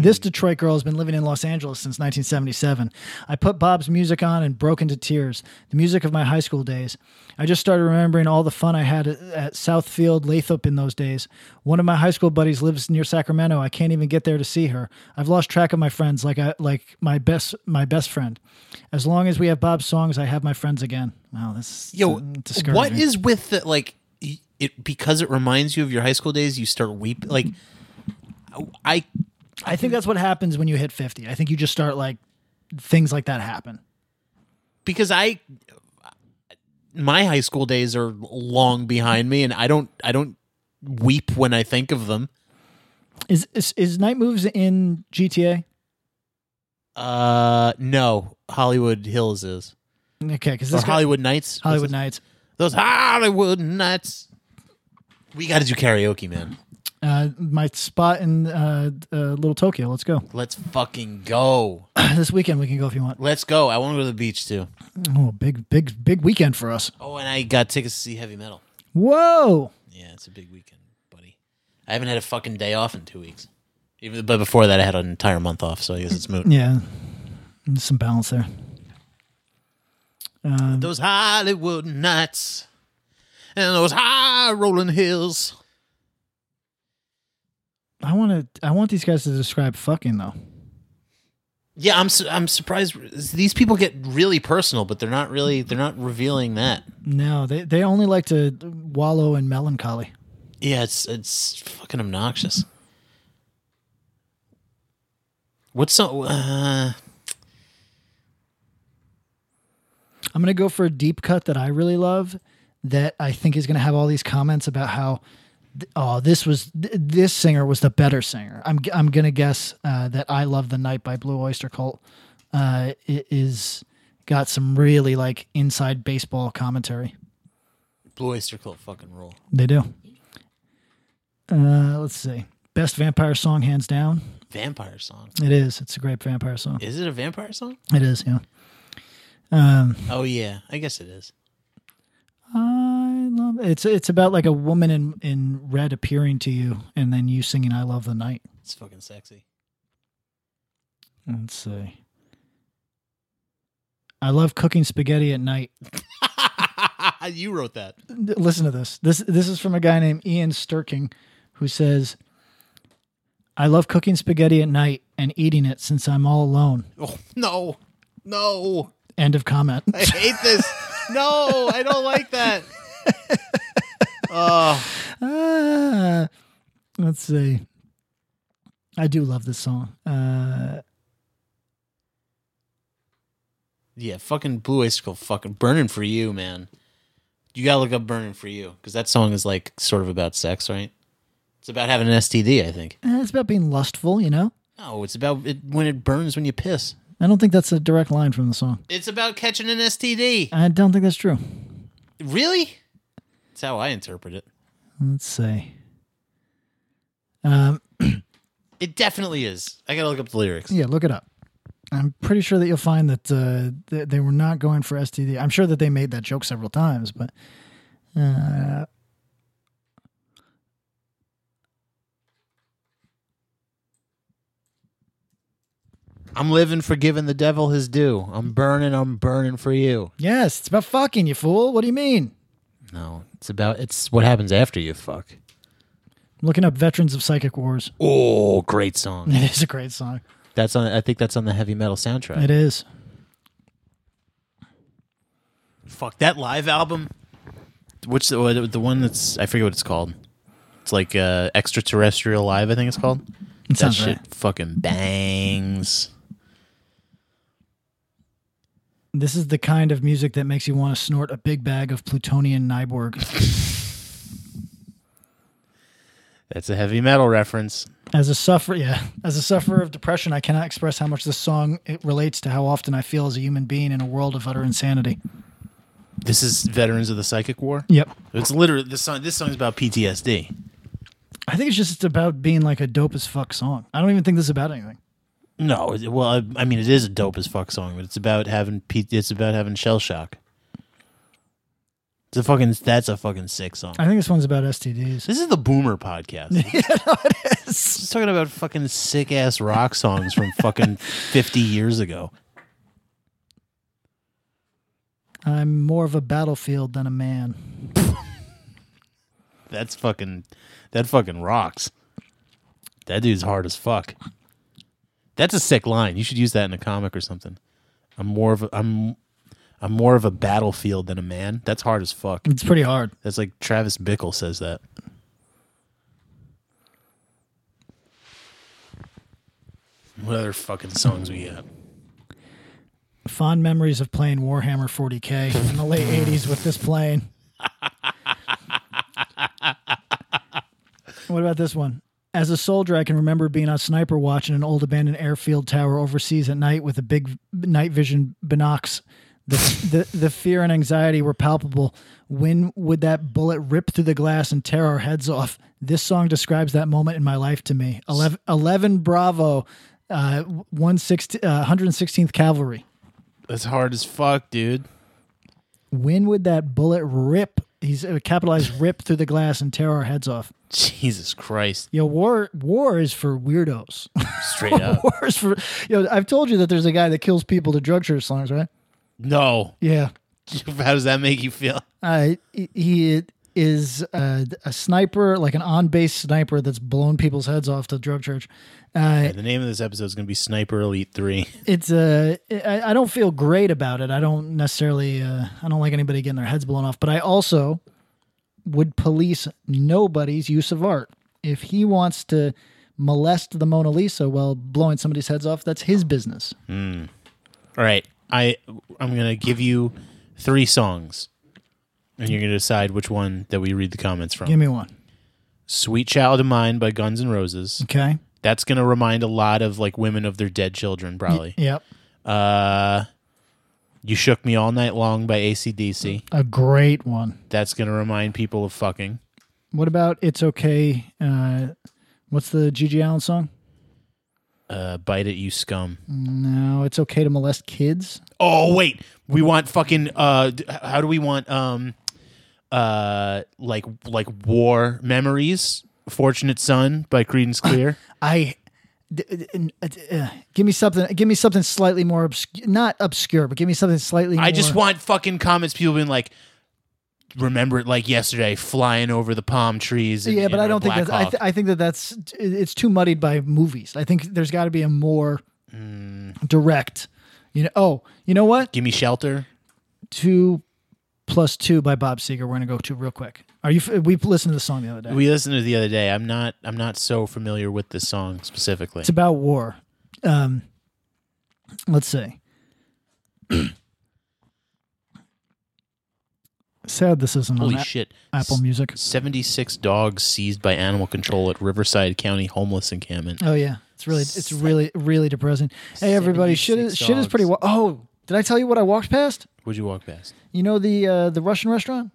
A: This Detroit girl has been living in Los Angeles since 1977. I put Bob's music on and broke into tears, the music of my high school days. I just started remembering all the fun I had at- at Southfield, Lathrop in those days. One of my high school buddies lives near Sacramento. I can't even get there to see her. I've lost track of my friends like I like my best my best friend. As long as we have Bob's songs, I have my friends again. Wow, this
B: Yo,
A: uh, discouraging.
B: what is with the, like, y- it because it reminds you of your high school days, you start weeping? Like, I,
A: I think that's what happens when you hit 50. I think you just start like things like that happen.
B: because I, my high school days are long behind me and I don't, I don't weep when I think of them.
A: Is is, is night moves in GTA?
B: Uh, no, Hollywood Hills is.
A: Okay, because
B: Or
A: this guy-
B: Hollywood Nights.
A: Hollywood Nights.
B: Those Hollywood Nights. We got to do karaoke, man.
A: Uh, my spot in uh, uh, Little Tokyo. Let's go
B: Let's fucking go.
A: this weekend. We can go if you want.
B: Let's go. I want to go to the beach too.
A: Oh, big, big, big weekend for us.
B: Oh, and I got tickets to see heavy metal.
A: Whoa!
B: Yeah, it's a big weekend, buddy. I haven't had a fucking day off in two weeks. Even but before that, I had an entire month off, so I guess it's moot.
A: Yeah, There's some balance there. Uh,
B: Those Hollywood nights and those high rolling hills.
A: I want to. I want these guys to describe fucking though.
B: Yeah, I'm su- I'm surprised these people get really personal, but they're not really they're not revealing that.
A: No, they they only like to wallow in melancholy.
B: Yeah, it's it's fucking obnoxious. What's so? Uh,
A: I'm gonna go for a deep cut that I really love. that I think is going to have all these comments about how, th- oh, this was th- this singer was the better singer. I'm g- I'm going to guess uh, that "I Love the Night" by Blue Oyster Cult uh, i- is got some really like inside baseball commentary.
B: Blue Oyster Cult fucking rule.
A: They do. Uh, let's see. Best vampire song, hands down.
B: Vampire song.
A: It is. It's a great vampire song.
B: Is it a vampire song?
A: It is. Yeah. Um,
B: Oh yeah, I guess it is.
A: I love it's it's about like a woman in in red appearing to you and then you singing I love the night.
B: It's fucking sexy.
A: Let's see. I love cooking spaghetti at night.
B: you wrote that.
A: Listen to this. This this is from a guy named Ian Sturking who says I love cooking spaghetti at night and eating it since I'm all alone.
B: Oh no, no!
A: End of comment.
B: I hate this. no, I don't like that. Oh,
A: Ah, let's see. I do love this song. Uh,
B: yeah, fucking Blue Oyster Cult, fucking burning for you, man. You gotta look up "Burning for You" because that song is like sort of about sex, right? It's about having an STD, I think.
A: it's about being lustful, you know?
B: No, it's about it, when it burns when you piss.
A: I don't think that's a direct line from the song.
B: It's about catching an STD.
A: I don't think that's true.
B: Really? That's how I interpret it.
A: Let's see. Um,
B: It definitely is. I gotta look up the lyrics.
A: yeah, look it up. I'm pretty sure that you'll find that uh, th- they were not going for STD. I'm sure that they made that joke several times, but uh,
B: I'm living for giving the devil his due. I'm burning. I'm burning for you.
A: yes, it's about fucking you fool. What do you mean?
B: No, it's about it's what happens after you fuck.
A: I'm looking up veterans of psychic wars.
B: Oh, great song.
A: It is a great song.
B: That's on. I think that's on the heavy metal soundtrack.
A: It is.
B: Fuck that live album. Which the the one that's I forget what it's called. It's like uh, extraterrestrial live. I think it's called.
A: It
B: that
A: sounds
B: shit
A: right.
B: fucking bangs.
A: This is the kind of music that makes you want to snort a big bag of plutonian Nyborg.
B: That's a heavy metal reference.
A: As a sufferer, yeah, as a sufferer of depression, I cannot express how much this song it relates to how often I feel as a human being in a world of utter insanity.
B: This is Veterans of the Psychic War.
A: Yep,
B: It's literally this song. This song's about PTSD.
A: I think it's just about being like a dope as fuck song. I don't even think this is about anything.
B: No, it- well, I, I mean, it is a dope as fuck song, but it's about having P- it's about having shell shock. It's a fucking that's a fucking sick song.
A: I think this one's about STDs.
B: This is the Boomer podcast. Just talking about fucking sick ass rock songs from fucking fifty years ago.
A: I'm more of a battlefield than a man.
B: That's fucking that fucking rocks. That dude's hard as fuck. That's a sick line. You should use that in a comic or something. I'm more of a, I'm I'm more of a battlefield than a man. That's hard as fuck.
A: It's pretty hard.
B: That's like Travis Bickle says that. What other fucking songs we got?
A: Fond memories of playing Warhammer 40k in the late 80s with this plane. what about this one? As a soldier, I can remember being on sniper watch in an old abandoned airfield tower overseas at night with a big night vision binocs. The, the, the fear and anxiety were palpable. When would that bullet rip through the glass and tear our heads off? This song describes that moment in my life to me. 11, 11 Bravo, uh, 116, uh, 116th Cavalry.
B: That's hard as fuck, dude.
A: When would that bullet rip? He's uh, capitalized rip through the glass and tear our heads off.
B: Jesus Christ.
A: Yo, war war is for weirdos.
B: Straight up.
A: war is for yo. I've told you that there's a guy that kills people to drug church songs, right?
B: No.
A: Yeah,
B: How does that make you feel?
A: uh, he- he is a, a sniper, like an on base sniper that's blown people's heads off to drug church. Uh,
B: The name of this episode is going to be Sniper Elite 3.
A: it's a. I, I don't feel great about it. I don't necessarily. Uh, I don't like anybody getting their heads blown off. But I also would police nobody's use of art. If he wants to molest the Mona Lisa while blowing somebody's heads off, that's his business.
B: All right. I I'm going to give you three songs. and you're going to decide which one that we read the comments from.
A: Give me one.
B: Sweet Child of Mine by Guns N' Roses.
A: Okay.
B: That's going to remind a lot of like women of their dead children, probably.
A: Yep.
B: Uh, you Shook Me All Night Long by ACDC.
A: A great one.
B: That's going to remind people of fucking.
A: What about It's Okay? Uh, what's the Gigi Allen song?
B: Uh, Bite It, You Scum.
A: No, It's Okay to Molest Kids.
B: Oh, wait. We want fucking, uh, d- how do we want, um, uh, like, like war memories? Fortunate Son by Creedence Clear.
A: I. d- d- uh, Give me something. Give me something slightly more obscure, not obscure, but give me something slightly.
B: I just
A: more-
B: want fucking comments. People being like, "Remember it like yesterday, flying over the palm trees." And,
A: Yeah, but
B: and
A: I
B: a
A: don't think
B: Black
A: that's. I,
B: Hawk."
A: th- I think that that's. It's too muddied by movies. I think there's got to be a more
B: Hmm.
A: direct. You know. Oh, you know what?
B: Give me shelter.
A: Two plus two by Bob Seger. We're gonna go to real quick. Are you? f- We listened to the song the other day.
B: We listened to it the other day. I'm not. I'm not so familiar with this song specifically.
A: It's about war. Um, let's see. Sad this isn't
B: Holy
A: on A-
B: shit!
A: Apple Music.
B: Seventy six dogs seized by animal control at Riverside County homeless encampment.
A: Oh yeah, it's really it's really really depressing. Hey everybody, shit is
B: 76
A: shit is pretty. Wa-
B: dogs.
A: oh, did I tell you what I walked past?
B: Would you walk past?
A: You know the uh, the Russian restaurant.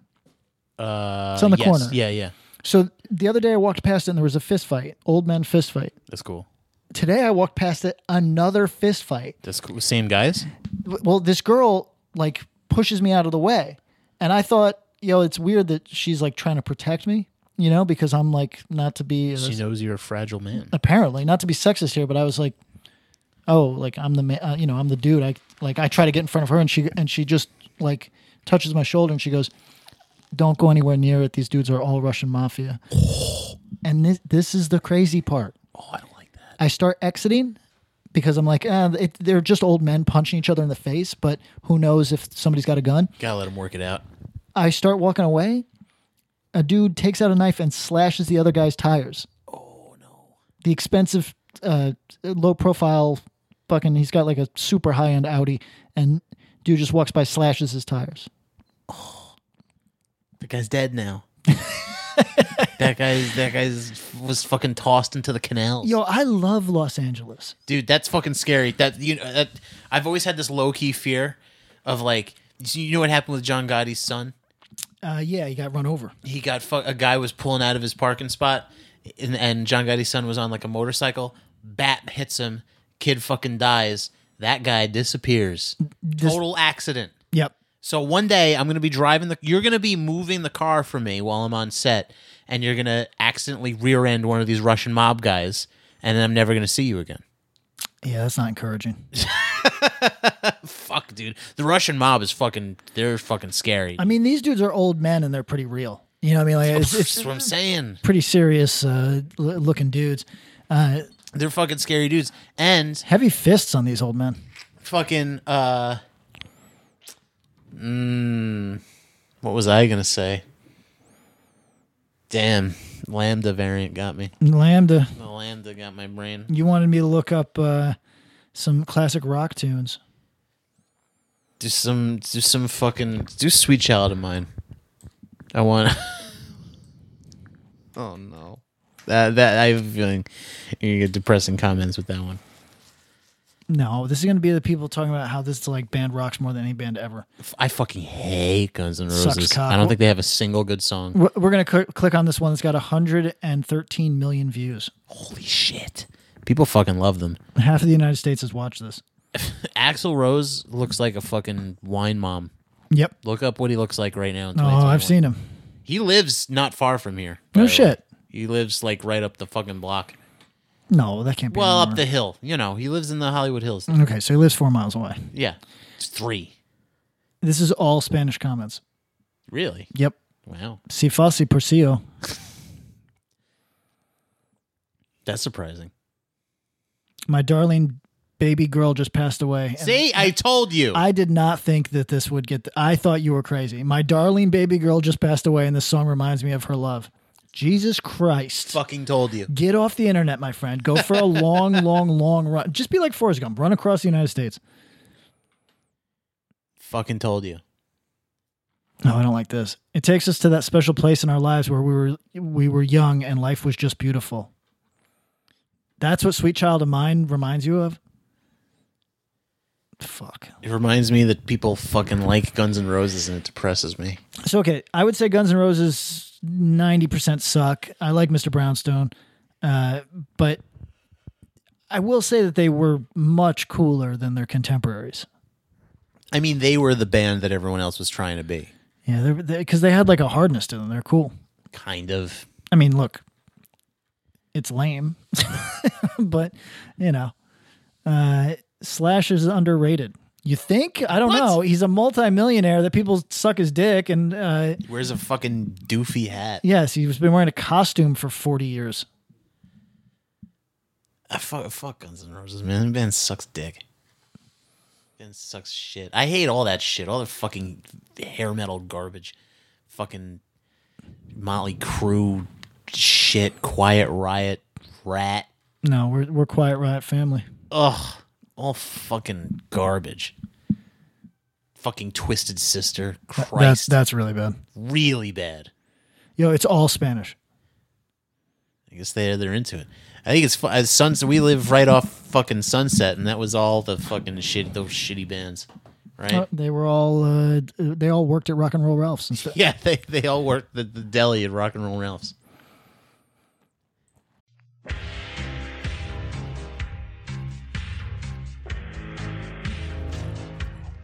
B: Uh,
A: It's on the
B: yes.
A: corner.
B: Yeah, yeah.
A: So the other day I walked past it and there was a fist fight, old man fist fight.
B: That's cool.
A: Today I walked past it, another fist fight.
B: That's cool. Same guys.
A: W- Well, this girl like pushes me out of the way, and I thought, yo, it's weird that she's like trying to protect me, you know, because I'm like not to be
B: She knows you're a fragile man.
A: apparently not to be sexist here, but I was like, oh, like I'm the ma- uh, you know I'm the dude. I like I try to get in front of her and she and she just like touches my shoulder and she goes, "Don't go anywhere near it. These dudes are all Russian mafia." and this this is the crazy part.
B: Oh, I don't like that.
A: I start exiting because I'm like, eh, it, they're just old men punching each other in the face, but who knows if somebody's got a gun.
B: Gotta let him work it out.
A: I start walking away. A dude takes out a knife and slashes the other guy's tires. Oh no! The expensive, uh, low profile, fucking. He's got like a super high end Audi, and dude just walks by, slashes his tires.
C: That guy's dead now. that guy's that guy's was fucking tossed into the canals.
A: Yo, I love Los Angeles.
C: dude that's fucking scary that you know that i've always had this low-key fear of like you know what happened with john gotti's son
A: Uh, yeah, he got run over.
C: he got fu- a guy was pulling out of his parking spot and, and john gotti's son was on like a motorcycle bat hits him kid fucking dies that guy disappears total accident
A: Yep.
C: so one day I'm gonna be driving the. You're gonna be moving the car for me while I'm on set, and you're gonna accidentally rear end one of these Russian mob guys, and then I'm never gonna see you again.
A: Yeah, that's not encouraging.
C: Fuck, dude. The Russian mob is fucking. They're fucking scary.
A: I mean, these dudes are old men and they're pretty real. You know what I mean? Like it's,
C: That's
A: it's
C: what I'm saying.
A: pretty serious uh, l- looking dudes. Uh,
C: They're fucking scary dudes, and
A: heavy fists on these old men.
C: fucking. uh mm, What was I gonna say? Damn, lambda variant got me.
A: Lambda.
C: The lambda got my brain.
A: You wanted me to look up uh, some classic rock tunes.
C: do some do some fucking do sweet child of mine. I want. oh no, that that I have a feeling you're gonna get depressing comments with that one.
A: No, this is going to be the people talking about how this like band rocks more than any band ever.
C: F- I fucking hate Guns N'
A: Sucks
C: Roses.
A: cock.
C: I don't think they have a single good song.
A: We're, we're going to cl- click on this one that's got 113 million views.
C: Holy shit, people fucking love them.
A: Half of the United States has watched this.
C: Axl Rose looks like a fucking wine mom.
A: Yep.
C: Look up what he looks like right now. In
A: Oh,
C: 2021.
A: I've seen him.
C: He lives not far from here. by
A: No
C: the way.
A: shit.
C: He lives like right up the fucking block.
A: No, that can't be.
C: Well, up the
A: anymore.
C: hill. You know, he lives in the Hollywood Hills.
A: Okay, so he lives four miles away.
C: Yeah, it's three.
A: This is all Spanish comments.
C: Really?
A: Yep.
C: Wow.
A: Si oh. fácil percio.
C: That's surprising.
A: My darling baby girl just passed away. and
C: See, I told you.
A: I did not think that this would get. I thought you were crazy. My darling baby girl just passed away, and this song reminds me of her love. Jesus Christ.
C: fucking told you.
A: Get off the internet, my friend. Go for a long, long, long run. Just be like Forrest Gump. Run across the United States.
C: Fucking told you.
A: No, I don't like this. It takes us to that special place in our lives where we were we were young and life was just beautiful. That's what Sweet Child of Mine reminds you of? Fuck.
B: It reminds me that people fucking like Guns N' Roses and it depresses me.
A: So okay, I would say Guns N' Roses ninety percent suck. I like Mr. Brownstone, uh, but I will say that they were much cooler than their contemporaries.
B: I mean, they were the band that everyone else was trying to be.
A: Yeah, because they, 'cause they had like a hardness to them. They're cool.
B: Kind of.
A: I mean, look, it's lame, but you know, uh, Slash is underrated. You think? I don't know. He's a multimillionaire that people suck his dick, and uh,
B: Wears a fucking doofy hat.
A: yes, he's been wearing a costume for forty years.
B: I fuck, fuck Guns N' Roses, man. That band sucks dick. Band sucks shit. I hate all that shit. All the fucking hair metal garbage. Fucking Motley Crue shit. Quiet Riot. Rat.
A: No, we're we're Quiet Riot family.
B: Ugh. All fucking garbage. Fucking Twisted Sister.
A: That's
B: Christ.
A: that's really bad.
B: really bad.
A: Yo, it's all Spanish.
B: I guess they they're into it. I think it's fu- as sunset. We live right off fucking sunset, and that was all the fucking shit. Those shitty bands, right?
A: Uh, they were all uh, d- they all worked at Rock and Roll Ralph's and stuff.
B: yeah, they they all worked the, the deli at Rock and Roll Ralph's.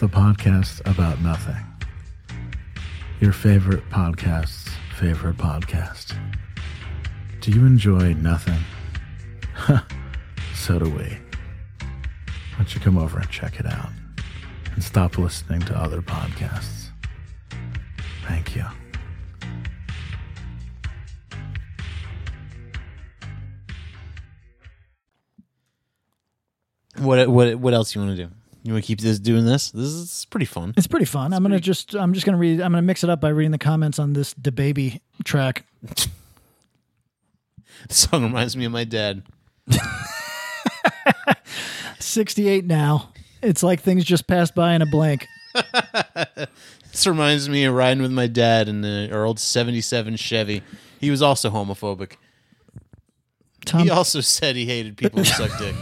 E: the podcast about nothing. Your favorite podcast's favorite podcast. Do you enjoy nothing? so do we. Why don't you come over and check it out and stop listening to other podcasts? Thank you.
B: What what what else you want to do? You want to keep this doing this? This is pretty fun.
A: It's pretty fun. I'm gonna just I'm just gonna read I'm gonna mix it up by reading the comments on this the baby track.
B: This song reminds me of my dad.
A: 68 now. It's like things just passed by in a blank.
B: This reminds me of riding with my dad in the, our old '77 Chevy. He was also homophobic.
A: Tom,
B: He also said he hated people who suck dick.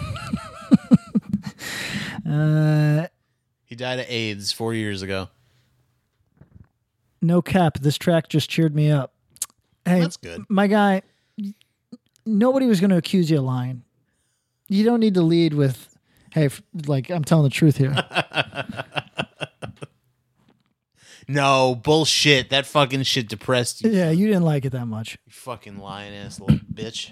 A: uh,
B: He died of AIDS four years ago.
A: no cap. This track just cheered me up. Hey,
B: That's good.
A: My guy, nobody was going to accuse you of lying. You don't need to lead with, "Hey, f- like I'm telling the truth here."
B: No bullshit. That fucking shit depressed you.
A: yeah, you didn't like it that much.
B: You fucking lying ass little bitch.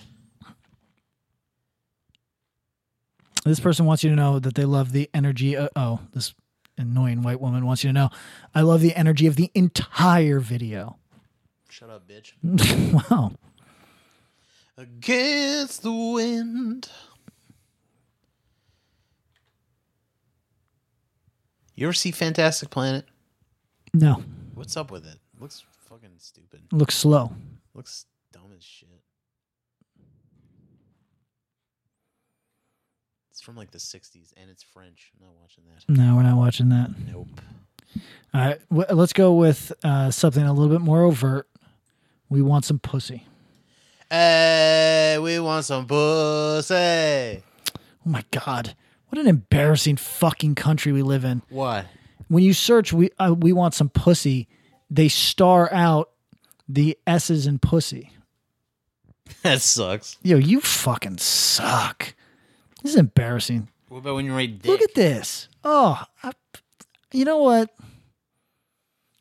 A: This person wants you to know that they love the energy. Uh, oh, this annoying white woman wants you to know, I love the energy of the entire video.
B: Shut up, bitch.
A: wow.
B: Against the wind. You ever see Fantastic Planet?
A: No,
B: What's up with it? Looks fucking stupid.
A: looks slow.
B: Looks dumb as shit. It's from like the 60s and it's French. I'm not watching that.
A: No, we're not watching that.
B: Nope.
A: All right, w- let's go with uh, something a little bit more overt. We want some pussy.
B: Hey, we want some pussy.
A: Oh my god, what an embarrassing fucking country we live in.
B: What?
A: When you search, we uh, we want some pussy. They star out the s's in pussy.
B: That sucks.
A: Yo, you fucking suck. This is embarrassing.
B: What about when you write dick?
A: Look at this. Oh, I, you know what?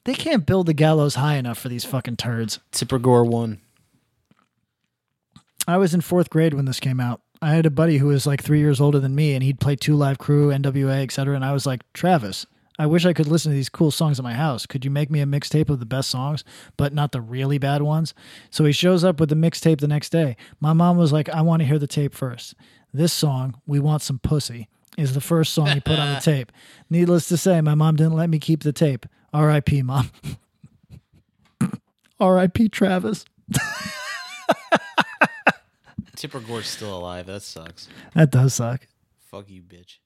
A: They can't build the gallows high enough for these fucking turds.
B: Tipper Gore 1.
A: I was in fourth grade when this came out. I had a buddy who was like three years older than me, and he'd play Two Live Crew, NWA, etc. And I was like, Travis, I wish I could listen to these cool songs at my house. Could you make me a mixtape of the best songs, but not the really bad ones? So he shows up with the mixtape the next day. My mom was like, I want to hear the tape first. This song, We Want Some Pussy, is the first song he put on the tape. Needless to say, my mom didn't let me keep the tape. R.I.P., mom. R.I.P., Travis.
B: Tipper Gore's still alive. That sucks.
A: That does suck.
B: Fuck you, bitch.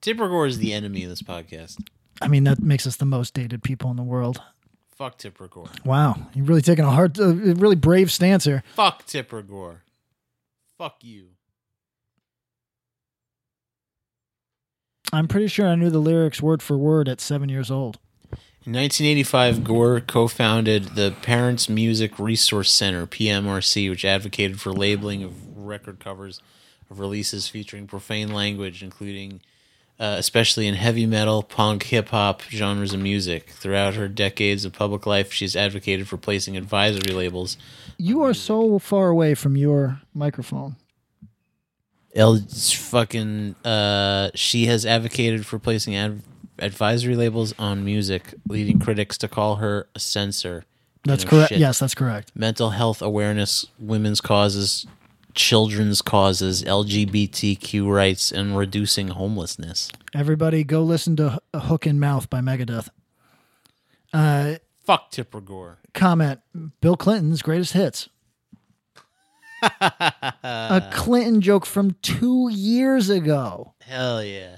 B: Tipper Gore is the enemy of this podcast.
A: I mean, that makes us the most dated people in the world.
B: Fuck Tipper Gore.
A: Wow. You're really taking a hard, a really brave stance here.
B: Fuck Tipper Gore. Fuck you.
A: I'm pretty sure I knew the lyrics word for word at seven years old.
B: In 1985, Gore co founded the Parents Music Resource Center, PMRC, which advocated for labeling of record covers of releases featuring profane language, including uh, especially in heavy metal, punk, hip hop genres of music. Throughout her decades of public life, she's advocated for placing advisory labels.
A: You are so far away from your microphone.
B: El fucking, uh, she has advocated for placing ad- advisory labels on music, leading critics to call her a censor.
A: That's
B: You know,
A: correct.
B: shit.
A: Yes, that's correct.
B: mental health awareness, women's causes, children's causes, LGBTQ rights, and reducing homelessness.
A: Everybody go listen to H- Hook and Mouth by Megadeth. Uh,
B: Fuck Tipper Gore.
A: Comment Bill Clinton's greatest hits. a Clinton joke from two years ago.
B: Hell yeah.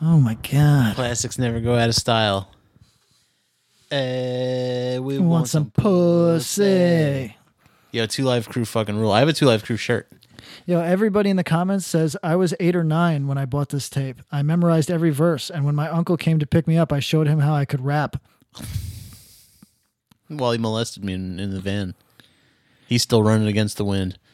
A: Oh my God.
B: Classics never go out of style. Uh, we
A: You want some pussy.
B: Yo, Two Live Crew fucking rule. I have a Two Live Crew shirt.
A: Yo, everybody in the comments says I was eight or nine when I bought this tape. I memorized every verse, and when my uncle came to pick me up, I showed him how I could rap.
B: Well, he molested me in, in the van. He's still running against the wind.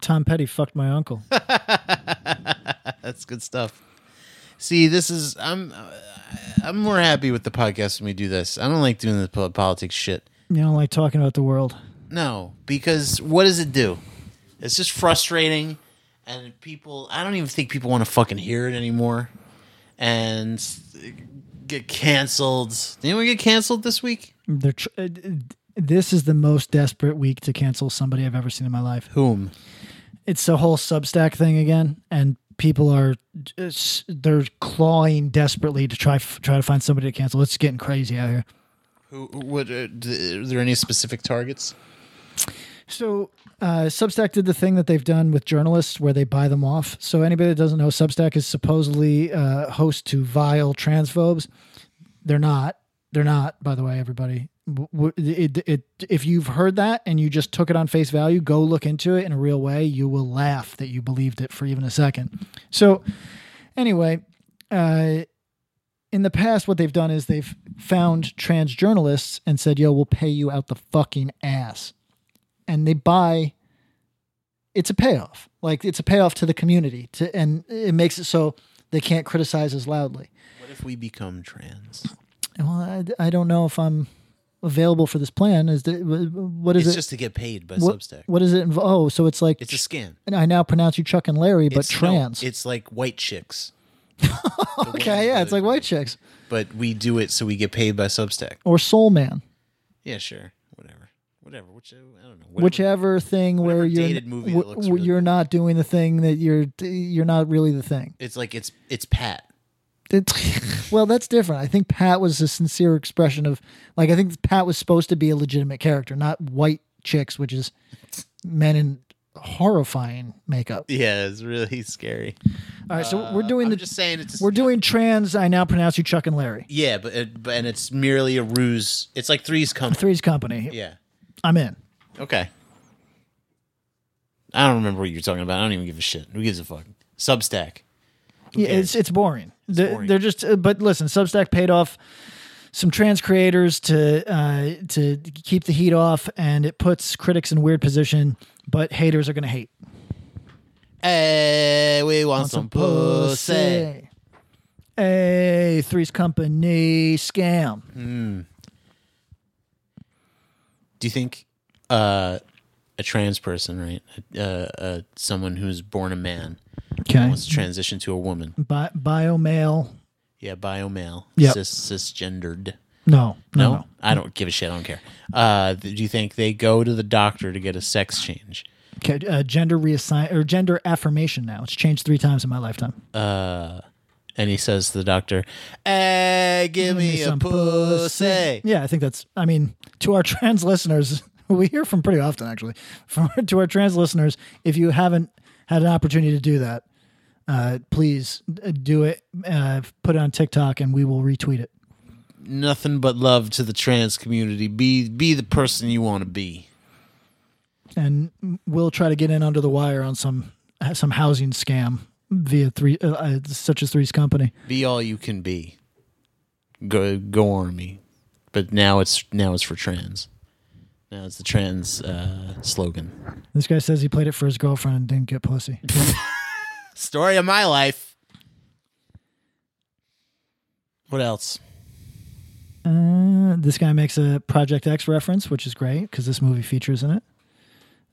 A: Tom Petty fucked my uncle.
B: That's good stuff. See, this is I'm uh, I'm more happy with the podcast when we do this. I don't like doing the po- politics shit.
A: you don't like talking about the world.
B: No, because what does it do? It's just frustrating, and people. I don't even think people want to fucking hear it anymore, and get canceled. Did anyone get canceled this week?
A: They're tr- uh, d- d- this is the most desperate week to cancel somebody I've ever seen in my life.
B: Whom?
A: It's the whole Substack thing again, and people are just, they're clawing desperately to try f- try to find somebody to cancel. It's getting crazy out here.
B: Who? What? Uh, d- are there any specific targets?
A: So uh, Substack did the thing that they've done with journalists, where they buy them off. So anybody that doesn't know, Substack is supposedly uh, host to vile transphobes. They're not. They're not. By the way, everybody. W- w- It, it, if you've heard that and you just took it on face value, go look into it in a real way. You will laugh that you believed it for even a second. So, anyway, uh, in the past, what they've done is they've found trans journalists and said, "Yo, we'll pay you out the fucking ass." and they buy it's a payoff like it's a payoff to the community to and it makes it so they can't criticize as loudly
B: What if we become trans?
A: well i, I don't know if i'm available for this plan is that what is
B: It's
A: it
B: just to get paid by
A: what,
B: Substack.
A: what is it inv- oh so it's like
B: It's a scam.
A: and i now pronounce you chuck and larry but
B: It's- no,
A: trans
B: it's like white chicks.
A: okay yeah it's like white chicks
B: but we do it so we get paid by Substack.
A: or soul man
B: Yeah, sure, whatever, whatever. Which I don't know. Whatever.
A: whichever thing where
B: whatever
A: you're
B: dated movie that looks really
A: you're not doing the thing that you're you're not really the thing
B: It's like it's it's Pat.
A: It's- well, that's different. I think Pat was a sincere expression of, like, I think Pat was supposed to be a legitimate character, not white chicks, which is men in horrifying makeup.
B: Yeah, it's really scary.
A: All right, so we're doing
B: I'm
A: the
B: just saying it's. A,
A: we're doing trans. I now pronounce you Chuck and Larry.
B: yeah, but, it, but and it's merely a ruse. It's like Three's Company.
A: Three's Company.
B: Yeah.
A: I'm in.
B: Okay. I don't remember what you're talking about. I don't even give a shit. Who gives a fuck? Substack.
A: Yeah, it's it's boring. They're-
B: boring.
A: They're just. Uh, but listen, Substack paid off some trans creators to uh, to keep the heat off, and it puts critics in weird position. But haters are gonna hate.
B: Hey, we want, some, pussy.
A: Hey, Three's Company scam.
B: Do you think uh a trans person, right? Uh, uh, someone who's born a man
A: Okay.
B: wants to transition to a woman.
A: Bi- bio male.
B: Yeah, bio male,
A: Yep.
B: cis cisgendered.
A: No, no.
B: No,
A: no.
B: I don't give a shit. I don't care. Uh, th- do you think they go to the doctor to get a sex change?
A: Okay. Uh, gender reassign or gender affirmation. Now it's changed three times in my lifetime.
B: And he says to the doctor, "Eh, give me a
A: some
B: pussy."
A: Yeah, I think that's. I mean, to our trans listeners, we hear from pretty often actually. From to our trans listeners, if you haven't had an opportunity to do that, uh, please uh, do it. Uh, put it on TikTok, and we will retweet it.
B: Nothing but love to the trans community. Be be the person you want to be.
A: And we'll try to get in under the wire on some some housing scam via three, uh, uh, such as Three's Company.
B: Be all you can be. Go go army. But now it's now it's for trans. Now it's the trans uh, slogan.
A: This guy says he played it for his girlfriend and didn't get pussy.
B: Story of my life. What else?
A: Uh, this guy makes a Project X reference, which is great because this movie features in it.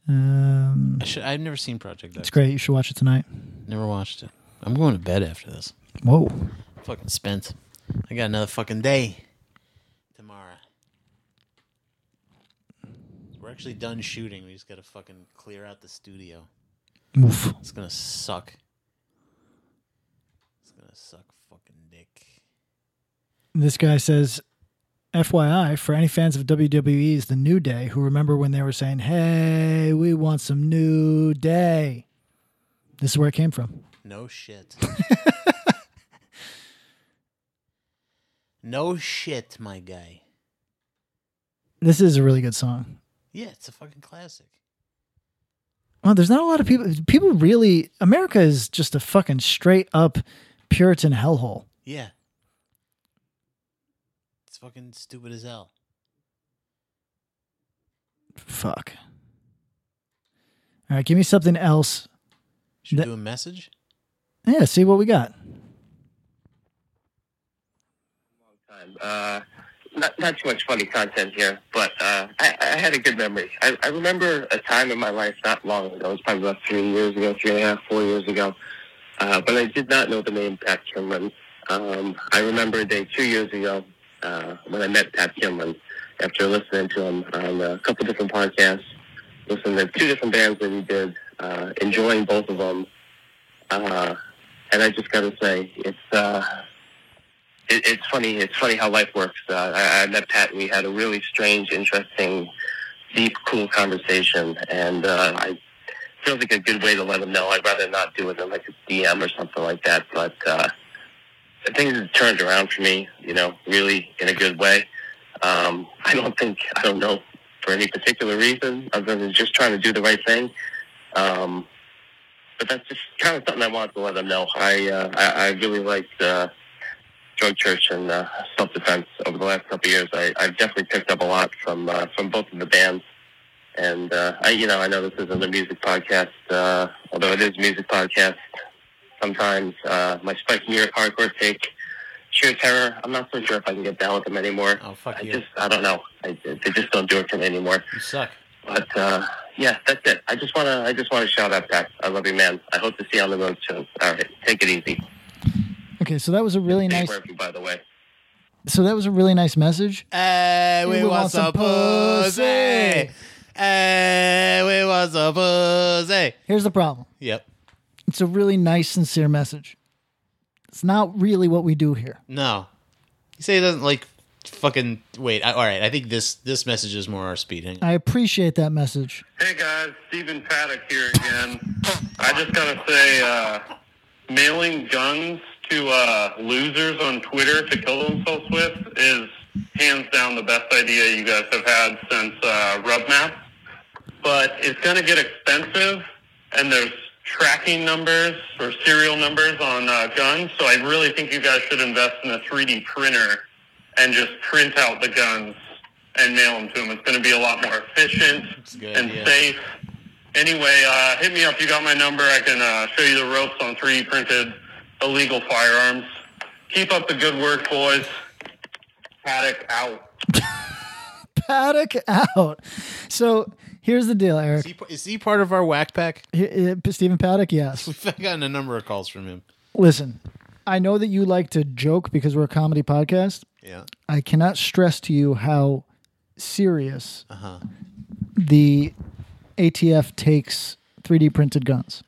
A: Um,
B: I should, I've never seen Project X.
A: it's great. You should watch it tonight.
B: Never watched it. I'm going to bed after this.
A: Whoa.
B: Fucking spent. I got another fucking day tomorrow. We're actually done shooting. We just got to fucking clear out the studio.
A: Oof.
B: It's gonna suck. It's gonna suck fucking dick.
A: This guy says, FYI, for any fans of WWE's The New Day who remember when they were saying, hey, we want some New Day, this is where it came from.
B: No shit. no shit, my guy.
A: This is a really good song.
B: Yeah, it's a fucking classic.
A: Well, there's not a lot of people. People really, America is just a fucking straight up Puritan hellhole.
B: Yeah. It's fucking stupid as hell.
A: Fuck. All right, give me something else.
B: Should
A: That-
B: we do a message?
A: Yeah, see what we got.
F: Uh, not, not too much funny content here, but uh, I, I had a good memory. I, I remember a time in my life not long ago. It was probably about three years ago, three and a half, four years ago. Uh, but I did not know the name Pat Kimlin. Um, I remember a day two years ago uh, when I met Pat Kimlin after listening to him on a couple different podcasts, listening to two different bands that he did, uh, enjoying both of them. Uh, and I just got to say, it's. Uh, it, it's funny. It's funny how life works. Uh, I, I met Pat. and We had a really strange, interesting, deep, cool conversation, and uh, I feels like a good way to let him know. I'd rather not do it in like a DM or something like that. But uh, things have turned around for me. You know, really in a good way. Um, I don't think I don't know for any particular reason other than just trying to do the right thing. Um, but that's just kind of something I wanted to let him know. I uh, I, I really liked. Uh, drug church and uh, self defense over the last couple of years. I, I've definitely picked up a lot from uh, from both of the bands, and uh, I, you know, I know this isn't a music podcast, uh, although it is a music podcast. Sometimes uh, my Spike New York hardcore take, sheer terror. I'm not so sure if I can get down with them anymore.
B: Oh, fuck
F: I
B: you.
F: just, I don't know. I, they just don't do it for me anymore.
B: You suck.
F: But uh, yeah, that's it. I just wanna, I just wanna shout out Pat. I love you, man. I hope to see you on the road soon. All right, take it easy.
A: Okay, so that was a really
F: Stay
A: nice.
F: working, by the way.
A: So that was a really nice message.
B: Hey, we,
A: We
B: want,
A: want some
B: some pussy.
A: pussy.
B: Hey, we want some pussy.
A: Here's the problem.
B: Yep.
A: It's a really nice, sincere message. It's not really what we do here.
B: No. You say he doesn't like fucking wait. I, all right, I think this this message is more our speed. Hang on.
A: I appreciate that message.
F: Hey guys, Stephen Paddock here again. I just gotta say, uh, mailing guns to uh, losers on Twitter to kill themselves with is hands down the best idea you guys have had since uh, RubMap. But it's gonna get expensive, and there's tracking numbers or serial numbers on uh, guns, so I really think you guys should invest in a 3D printer and just print out the guns and mail them to them. It's going to be a lot more efficient
B: a good
F: and
B: idea.
F: safe. Anyway, uh, hit me up. You got my number. I can uh, show you the ropes on 3D printed illegal firearms. Keep up the good work, boys. Paddock out.
A: Paddock out. So Here's the deal,
G: Is
A: Eric.
G: he, is he part of our whack pack?
A: He- uh, Stephen Paddock, yes.
G: I've gotten a number of calls from him.
A: Listen, I know that you like to joke because we're a comedy podcast.
G: Yeah.
A: I cannot stress to you how serious the ATF takes 3D printed guns.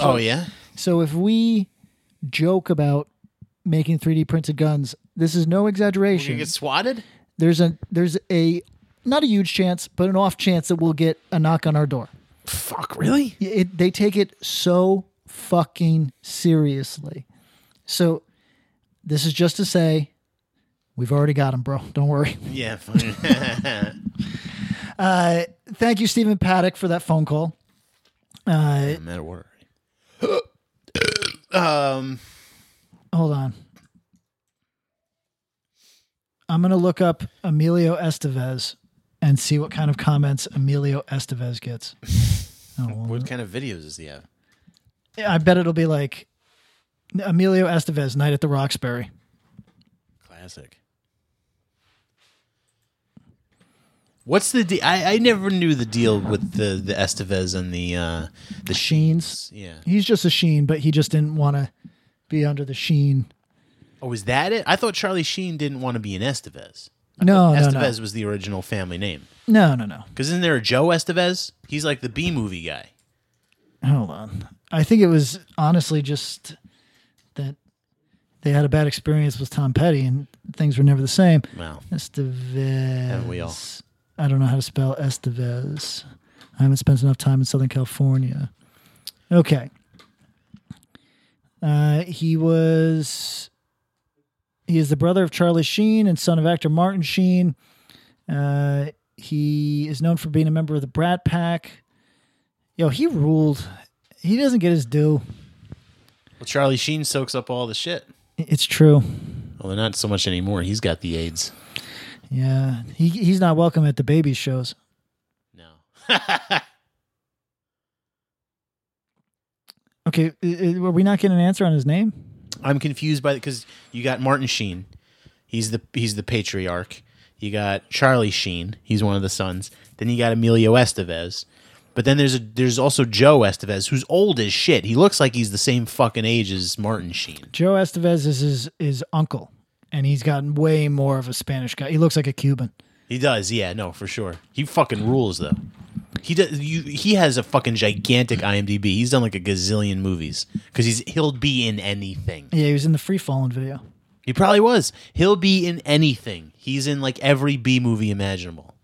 G: oh yeah.
A: So if we joke about making 3D printed guns, this is no
G: You
A: exaggeration.
G: get swatted.
A: there's a there's a not a huge chance, but an off chance that we'll get a knock on our door.
B: Fuck, really?
A: It, they take it so fucking seriously. So this is just to say we've already got him, bro. Don't worry.
G: Yeah. Fine.
A: Uh, thank you, Stephen Paddock, for that phone call. Uh,
G: I'm at work.
B: Um,
A: hold on. I'm going to look up Emilio Estevez and see what kind of comments Emilio Estevez gets. Oh, well,
G: What kind of videos does he have?
A: I bet it'll be like Emilio Estevez, Night at the Roxbury.
G: Classic.
B: What's the de- I, I never knew the deal with the the Estevez and the uh the sh-
A: Sheens.
B: yeah.
A: He's just a Sheen, but he just didn't want to be under the Sheen.
B: Oh, is that it? I thought Charlie Sheen didn't want to be an Estevez.
A: Oh, No, no, no.
B: Estevez was the original family name.
A: No, no, no.
B: Cuz isn't there a Joe Estevez? He's like the B movie guy.
A: Hold on. I think it was honestly just that they had a bad experience with Tom Petty and things were never the same.
B: Wow.
A: Estevez.
B: Haven't we all?
A: I don't know how to spell Estevez. I haven't spent enough time in Southern California. Okay. Uh, he was. He is the brother of Charlie Sheen and son of actor Martin Sheen. Uh, he is known for being a member of the Brat Pack. Yo, he ruled. He doesn't get his due.
B: Well, Charlie Sheen soaks up all the shit.
A: It's true.
B: Well, not so much anymore. He's got the AIDS.
A: Yeah, he he's not welcome at the baby shows.
B: No.
A: Okay, i- i- were we not getting an answer on his name?
B: I'm confused by because you got Martin Sheen, he's the he's the patriarch. You got Charlie Sheen, he's one of the sons. Then you got Emilio Estevez, but then there's a there's also Joe Estevez, who's old as shit. He looks like he's the same fucking age as Martin Sheen.
A: Joe Estevez is his, his uncle, and he's gotten way more of a Spanish guy. He looks like a Cuban.
B: He does, yeah, no, for sure. He fucking rules though. He does. You, he has a fucking gigantic IMDb. He's done like a gazillion movies because he's he'll be in anything.
A: Yeah, he was in the Free Falling video.
B: He probably was. He'll be in anything. He's in like every B movie imaginable.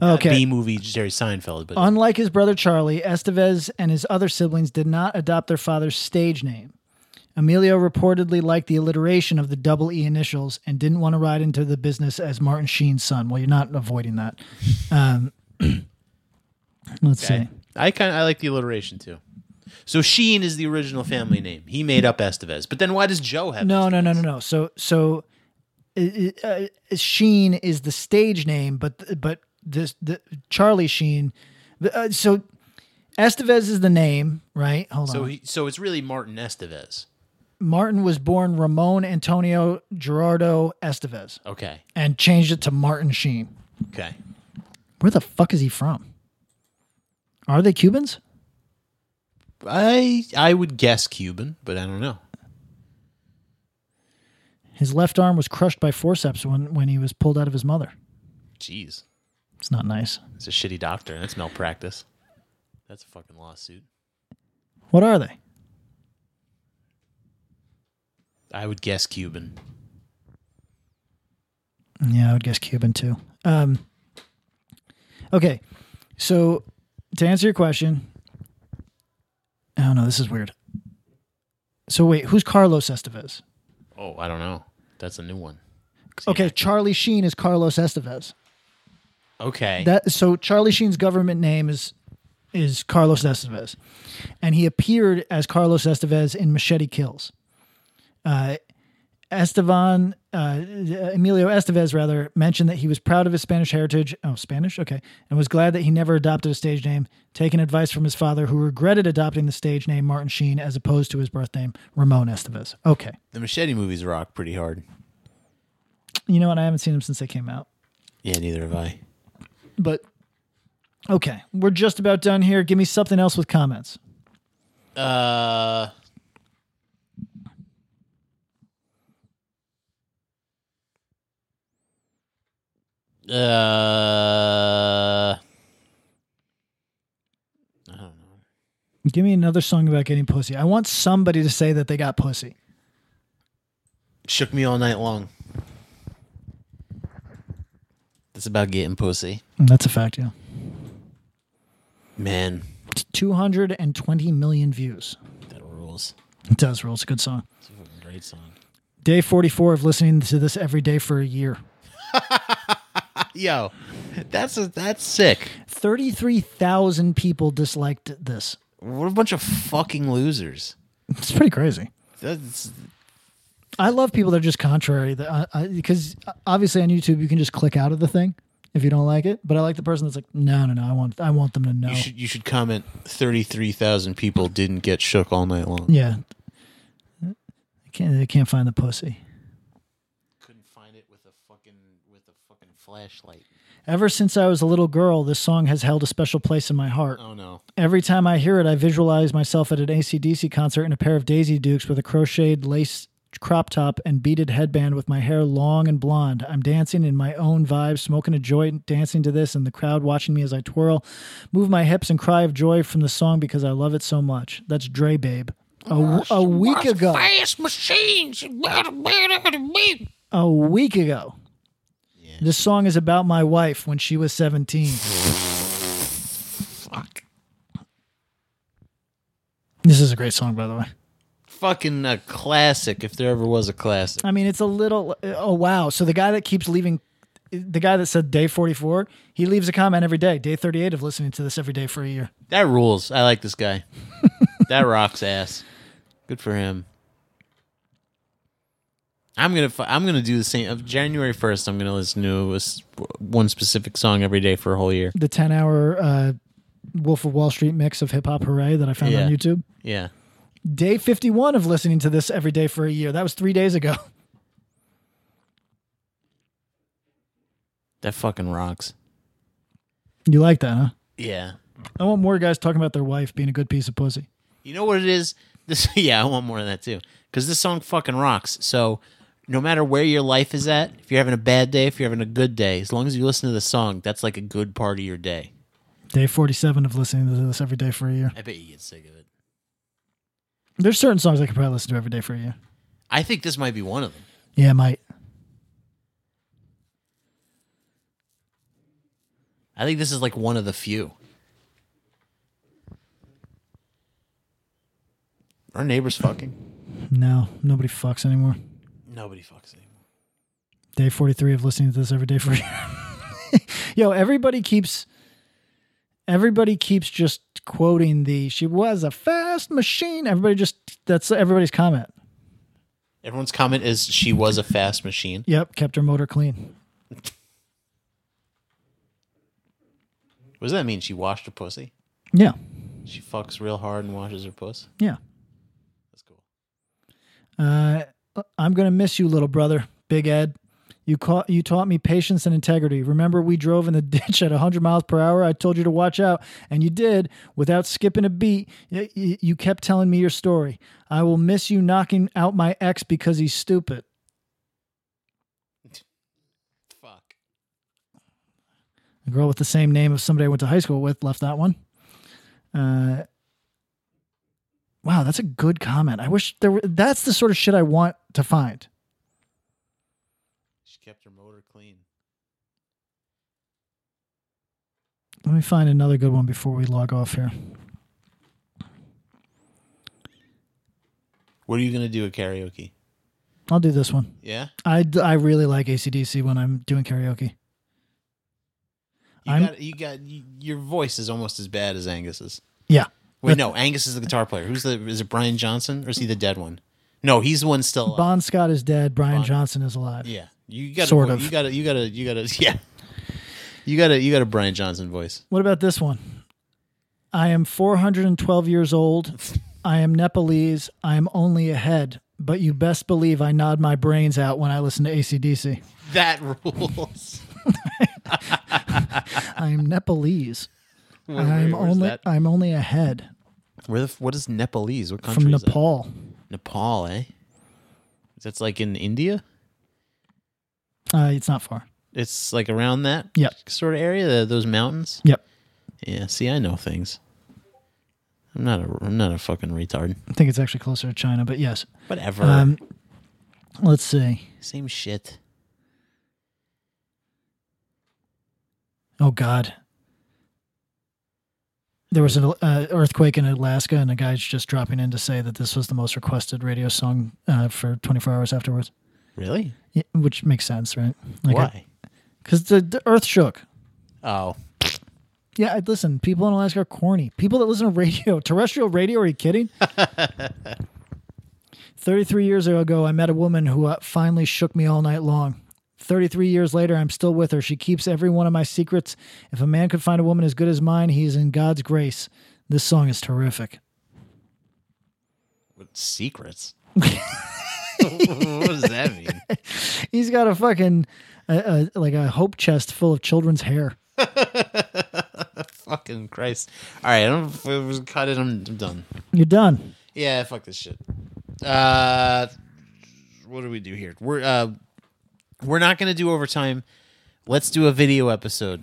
B: B
A: Okay. Uh-huh.
B: movie Jerry Seinfeld, but
A: Unlike his brother Charlie, Estevez and his other siblings did not adopt their father's stage name. Emilio reportedly liked the alliteration of the double E initials and didn't want to ride into the business as Martin Sheen's son. Well, you're not avoiding that. Um, let's see.
B: I kind I like the alliteration too. So Sheen is the original family name. He made up Estevez, but then why does Joe have?
A: No,
B: Estevez?
A: no, no, no, no. So, so i- i- uh, Sheen is the stage name, but but this the Charlie Sheen. the- Uh, so Estevez is the name, right? Hold
B: So
A: on.
B: he, so it's really Martin Estevez.
A: Martin was born Ramon Antonio Gerardo Estevez
B: Okay,
A: and changed it to Martin Sheen.
B: okay.
A: Where the fuck is he from? Are they Cubans?
B: I I would guess Cuban, but I don't know.
A: His left arm was crushed by forceps when, when he was pulled out of his mother.
B: Jeez,
A: It's not nice.
B: it's a shitty doctor. That's malpractice. That's a fucking lawsuit.
A: What are they?
B: I would guess Cuban.
A: Yeah, I would guess Cuban too. Um, okay, so to answer your question, I don't know. This is weird. So wait, who's Carlos Estevez?
B: Oh, I don't know. That's a new one.
A: Okay, Charlie Sheen is Carlos Estevez.
B: Okay.
A: That so Charlie Sheen's government name is is Carlos Estevez, and he appeared as Carlos Estevez in Machete Kills. Uh, Estevan uh, Emilio Estevez rather mentioned that he was proud of his Spanish heritage. Oh, Spanish, okay, and was glad that he never adopted a stage name, taking advice from his father, who regretted adopting the stage name Martin Sheen as opposed to his birth name Ramon Estevez. Okay,
G: The Machete movies rock pretty hard.
A: you know what? I haven't seen them since they came out,
G: Yeah, neither have I.
A: but Okay, we're just about done here. Give me something else with comments.
H: Uh, uh,
A: Give me another song about getting pussy. I want somebody to say that they got pussy.
B: Shook me all night long. That's about getting pussy.
A: And That's a fact, yeah.
B: Man,
A: 220 million views.
B: that rules.
A: It does roll. It's a good song.
B: Great song.
A: Day 44 of listening to this every day for a year.
B: Yo, that's a, that's sick.
A: 33,000 people disliked this.
B: What a bunch of fucking losers.
A: It's pretty crazy.
B: That's
A: I love people that are just contrary. uh, That because obviously on YouTube you can just click out of the thing if you don't like it. But I like the person that's like, no, no, no. I want, I want them to know.
B: you should you should comment. Thirty three thousand people didn't get shook all night long.
A: yeah, they can't, they can't find the pussy.
B: Couldn't find it with a fucking with a fucking flashlight.
A: Ever since I was a little girl, this song has held a special place in my heart.
B: Oh no.
A: Every time I hear it, I visualize myself at an ACDC concert in a pair of Daisy Dukes with a crocheted lace crop top and beaded headband with my hair long and blonde. I'm dancing in my own vibe, smoking a joint, dancing to this, and the crowd watching me as I twirl, move my hips, and cry of joy from the song because I love it so much. That's Dre Babe. A, a week ago. A week ago. This song is about my wife when she was 17. This is a great song, by the way.
B: Fucking a classic if there ever was a classic.
A: I mean, it's a little. Oh wow! So the guy that keeps leaving, the guy that said day forty four, he leaves a comment every day. Day thirty eight of listening to this every day for a year.
B: That rules. I like this guy. that rocks ass. Good for him. I'm gonna fi- I'm gonna do the same. Of January first, I'm gonna listen to a s- one specific song every day for a whole year.
A: The ten hour uh, Wolf of Wall Street mix of hip hop hooray that I found
B: Yeah.
A: on YouTube.
B: Yeah,
A: Day fifty one of listening to this every day for a year. That was three days ago.
B: that fucking rocks.
A: You like that, huh?
B: Yeah,
A: I want more guys talking about their wife being a good piece of pussy.
B: you know what it is. This yeah, I want more of that too. Because this song fucking rocks. So no matter where your life is at, if you're having a bad day, if you're having a good day, as long as you listen to the song, that's like a good part of your day.
A: Day forty seven of listening to this every day for a year.
B: I bet you get sick of it.
A: There's certain songs I could probably listen to every day for a year.
B: I think this might be one of them.
A: Yeah, I might.
B: I think this is like one of the few. Our neighbors fucking.
A: No, nobody fucks anymore.
B: Nobody fucks anymore.
A: day 43 of listening to this every day for yo everybody keeps everybody keeps just quoting the she was a fast machine everybody just that's everybody's comment
B: Everyone's comment is she was a fast machine.
A: yep kept her motor clean
B: What does that mean? She washed her pussy.
A: yeah
B: She fucks real hard and washes her puss.
A: yeah
B: That's cool.
A: uh, i'm gonna miss you little brother big ed you caught you taught me patience and integrity remember we drove in the ditch at 100 miles per hour i told you to watch out and you did without skipping a beat Y- y- you kept telling me your story i will miss you knocking out my ex because he's stupid
B: Fuck.
A: A girl with the same name of somebody I went to high school with left that one. Uh, wow, that's a good comment. I wish there were. That's the sort of shit I want to find.
B: She kept her motor clean.
A: Let me find another good one before we log off here.
B: What are you gonna do at karaoke?
A: I'll do this one.
B: Yeah,
A: I, I really like ACDC when I'm doing karaoke.
B: you
A: I'm-
B: got you got you, your voice is almost as bad as Angus's.
A: Yeah.
B: Wait, no, Angus is the guitar player. Who's the? Is it Brian Johnson or is he the dead one? No, he's the one still. alive.
A: Bon Scott is dead. Brian
B: Bon-
A: Johnson is alive.
B: Yeah, you got
A: Sort
B: a, vo-
A: of.
B: You got to You got to You got to Yeah, you got to You got a Brian Johnson voice.
A: What about this one? I am 412 years old. I am Nepalese. I am only a head, but you best believe I nod my brains out when I listen to ACDC.
B: That rules.
A: I am Nepalese.
B: Where-
A: I'm
B: where- where's
A: only
B: that?
A: I'm only ahead
B: Where the f- what is Nepalese? What country
A: from
B: is that?
A: Nepal.
B: Nepal, eh? That's like in India.
A: Uh, it's not far.
B: It's like around that
A: Yep.
B: sort of area, the, those mountains.
A: Yep.
B: Yeah. See, I know things. I'm not a I'm not a fucking retard.
A: I think it's actually closer to China, but yes.
B: Whatever.
A: Um, let's see.
B: Same shit.
A: Oh God. There was an uh, earthquake in Alaska, and a guy's just dropping in to say that this was the most requested radio song uh, for 24 hours afterwards,
B: Really?
A: Yeah, which makes sense, right?
B: Why?
A: Because the, the earth shook.
B: Oh,
A: Yeah, I- listen, people in Alaska are corny. People that listen to radio, terrestrial radio, are you kidding? 33 years ago, I met a woman who uh, finally shook me all night long. 33 years later, I'm still with her. She keeps every one of my secrets. If a man could find a woman as good as mine, he is in God's grace. This song is terrific.
B: what secrets? what does that mean?
A: He's got a fucking, uh, uh, like a hope chest full of children's hair.
B: Fucking Christ! All right, I don't. If it was cut it. I'm, I'm done.
A: You're done.
B: Yeah, fuck this shit. Uh, what do we do here? We're uh, we're not gonna do overtime. Let's do a video episode.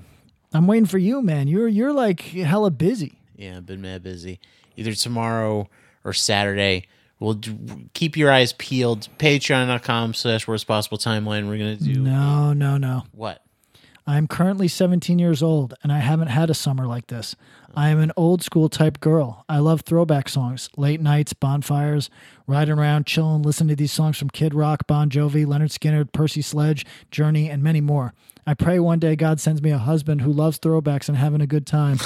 A: I'm waiting for you, man. You're you're like hella busy.
B: Yeah, I've been mad busy. Either tomorrow or Saturday. We'll do, keep your eyes peeled. Patreon.com slash worst possible timeline. We're gonna do
A: No, no, no.
B: what?
A: I'm currently 17 years old and I haven't had a summer like this. I am an old school type girl. I love throwback songs, late nights, bonfires, riding around, chilling, listening to these songs from Kid Rock, Bon Jovi, Leonard Skinner, Percy Sledge, Journey, and many more. I pray one day God sends me a husband who loves throwbacks and having a good time.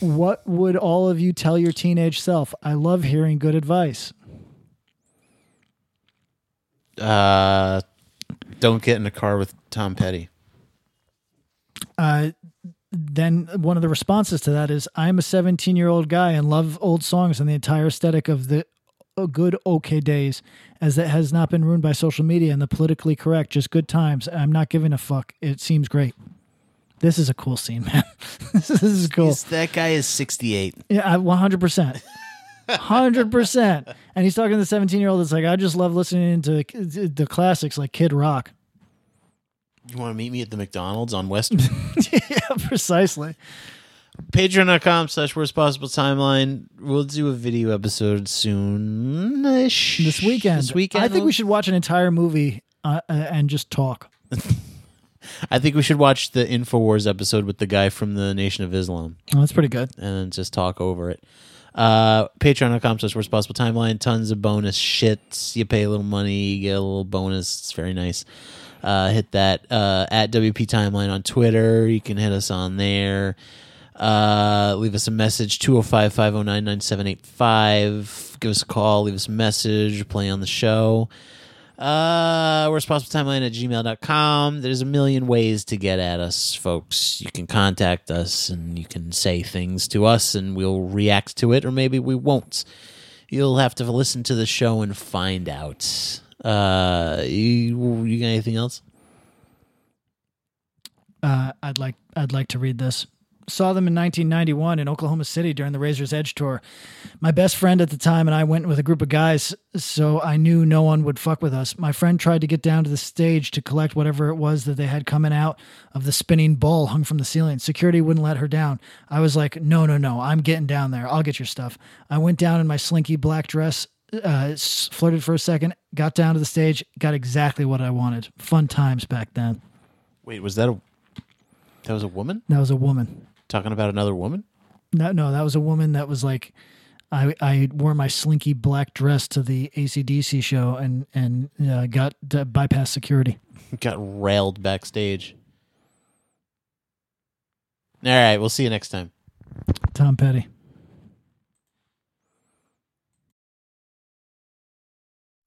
A: what would all of you tell your teenage self? I love hearing good advice.
B: Uh, don't get in a car with Tom Petty.
A: uh, then one of the responses to that is I'm a 17 year old guy and love old songs and the entire aesthetic of the uh, good okay days as that has not been ruined by social media and the politically correct just good times i'm not giving a fuck it seems great this is a cool scene man this is cool
B: He's- that guy is 68.
A: yeah, I- 100%. 100%. And he's talking to the 17 year old that's like, I just love listening to k- the classics like Kid Rock.
B: You want to meet me at the McDonald's on West?
A: yeah, precisely.
B: Patreon.com slash worst possible timeline. We'll do a video episode soon.
A: This weekend.
B: This weekend.
A: I think we should watch an entire movie uh, uh, and just talk.
B: I think we should watch the Infowars episode with the guy from the Nation of Islam
A: Oh, that's pretty good.
B: and then just talk over it. Uh, Patreon.com slash worst possible timeline. Tons of bonus shit. You pay a little money, you get a little bonus. It's very nice. Uh, hit that uh, at WP Timeline on Twitter. You can hit us on there. Uh, leave us a message 205 509 9785. Give us a call, leave us a message, play on the show. Uh, we're responsible timeline at gmail.com. There's a million ways to get at us, folks. You can contact us and you can say things to us and we'll react to it, or maybe we won't. You'll have to listen to the show and find out. Uh, you, you got anything else?
A: Uh, I'd like I'd like to read this. Saw them in 1991 in Oklahoma City during the Razor's Edge tour. My best friend at the time and I went with a group of guys, so I knew no one would fuck with us. My friend tried to get down to the stage to collect whatever it was that they had coming out of the spinning ball hung from the ceiling. Security wouldn't let her down. I was like, no, no, no, I'm getting down there. I'll get your stuff. I went down in my slinky black dress, uh, s- flirted for a second, got down to the stage, got exactly what I wanted. Fun times back then.
B: Wait, was that a, that was a woman
A: That was a woman.
B: talking about another woman?
A: No, no, that was a woman that was like, I I wore my slinky black dress to the ACDC show and and uh, got uh, bypassed security.
B: Got railed backstage. All right, we'll see you next time.
A: Tom Petty.